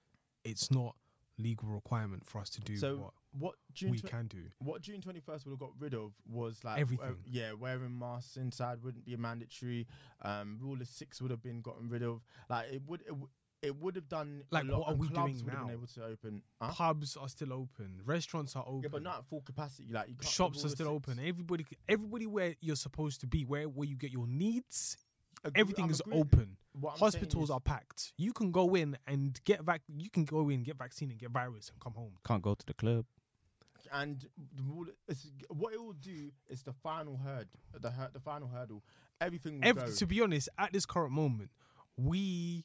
Speaker 2: it's not legal requirement for us to do
Speaker 3: so
Speaker 2: what
Speaker 3: what, June
Speaker 2: we
Speaker 3: twen-
Speaker 2: can do.
Speaker 3: what June 21st would have got rid of was like
Speaker 2: Everything.
Speaker 3: yeah, wearing masks inside wouldn't be mandatory. Um, rule of six would have been gotten rid of. Like it would. It w- it would have done a
Speaker 2: Like,
Speaker 3: lot,
Speaker 2: what are
Speaker 3: and
Speaker 2: we
Speaker 3: clubs
Speaker 2: doing
Speaker 3: would have
Speaker 2: now?
Speaker 3: Been able to open, huh?
Speaker 2: Pubs are still open. Restaurants are open.
Speaker 3: yeah, but not at full capacity. Like you can't, the
Speaker 2: Shops are
Speaker 3: rule of
Speaker 2: still
Speaker 3: six-
Speaker 2: open. eh? Everybody, c- everybody, where you're supposed to be, where where you get your needs,
Speaker 3: Agree-
Speaker 2: everything
Speaker 3: I'm
Speaker 2: is
Speaker 3: agreeing.
Speaker 2: open.
Speaker 3: What I'm saying
Speaker 2: Hospitals
Speaker 3: is-
Speaker 2: are packed. You can go in and get vac. You can go in, get vaccine, and get virus, and come home.
Speaker 4: Can't go to the club.
Speaker 3: and the rule, it's, what it will do is the final herd, the hur- the final hurdle. Everything will go.
Speaker 2: Ev- to be honest, at this current moment, we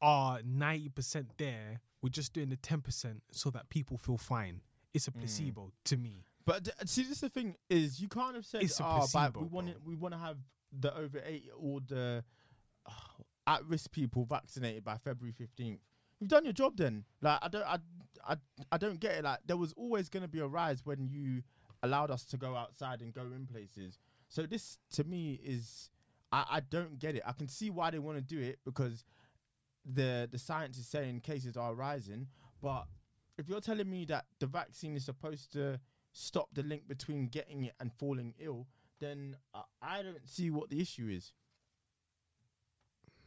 Speaker 2: are ninety percent there. We're just doing the ten percent so that people feel fine. It's a placebo to me.
Speaker 3: but th- see, this is the thing is you can't have said,
Speaker 2: It's a
Speaker 3: "Oh, but
Speaker 2: placebo,
Speaker 3: we want
Speaker 2: bro.
Speaker 3: we want to have the over eight or the at risk people vaccinated by February fifteenth. You've done your job then. Like I don't I, I I don't get it. Like there was always going to be a rise when you allowed us to go outside and go in places. So this to me is I, I don't get it. I can see why they want to do it because the the science is saying cases are rising, but if you're telling me that the vaccine is supposed to stop the link between getting it and falling ill, then I, I don't see what the issue is.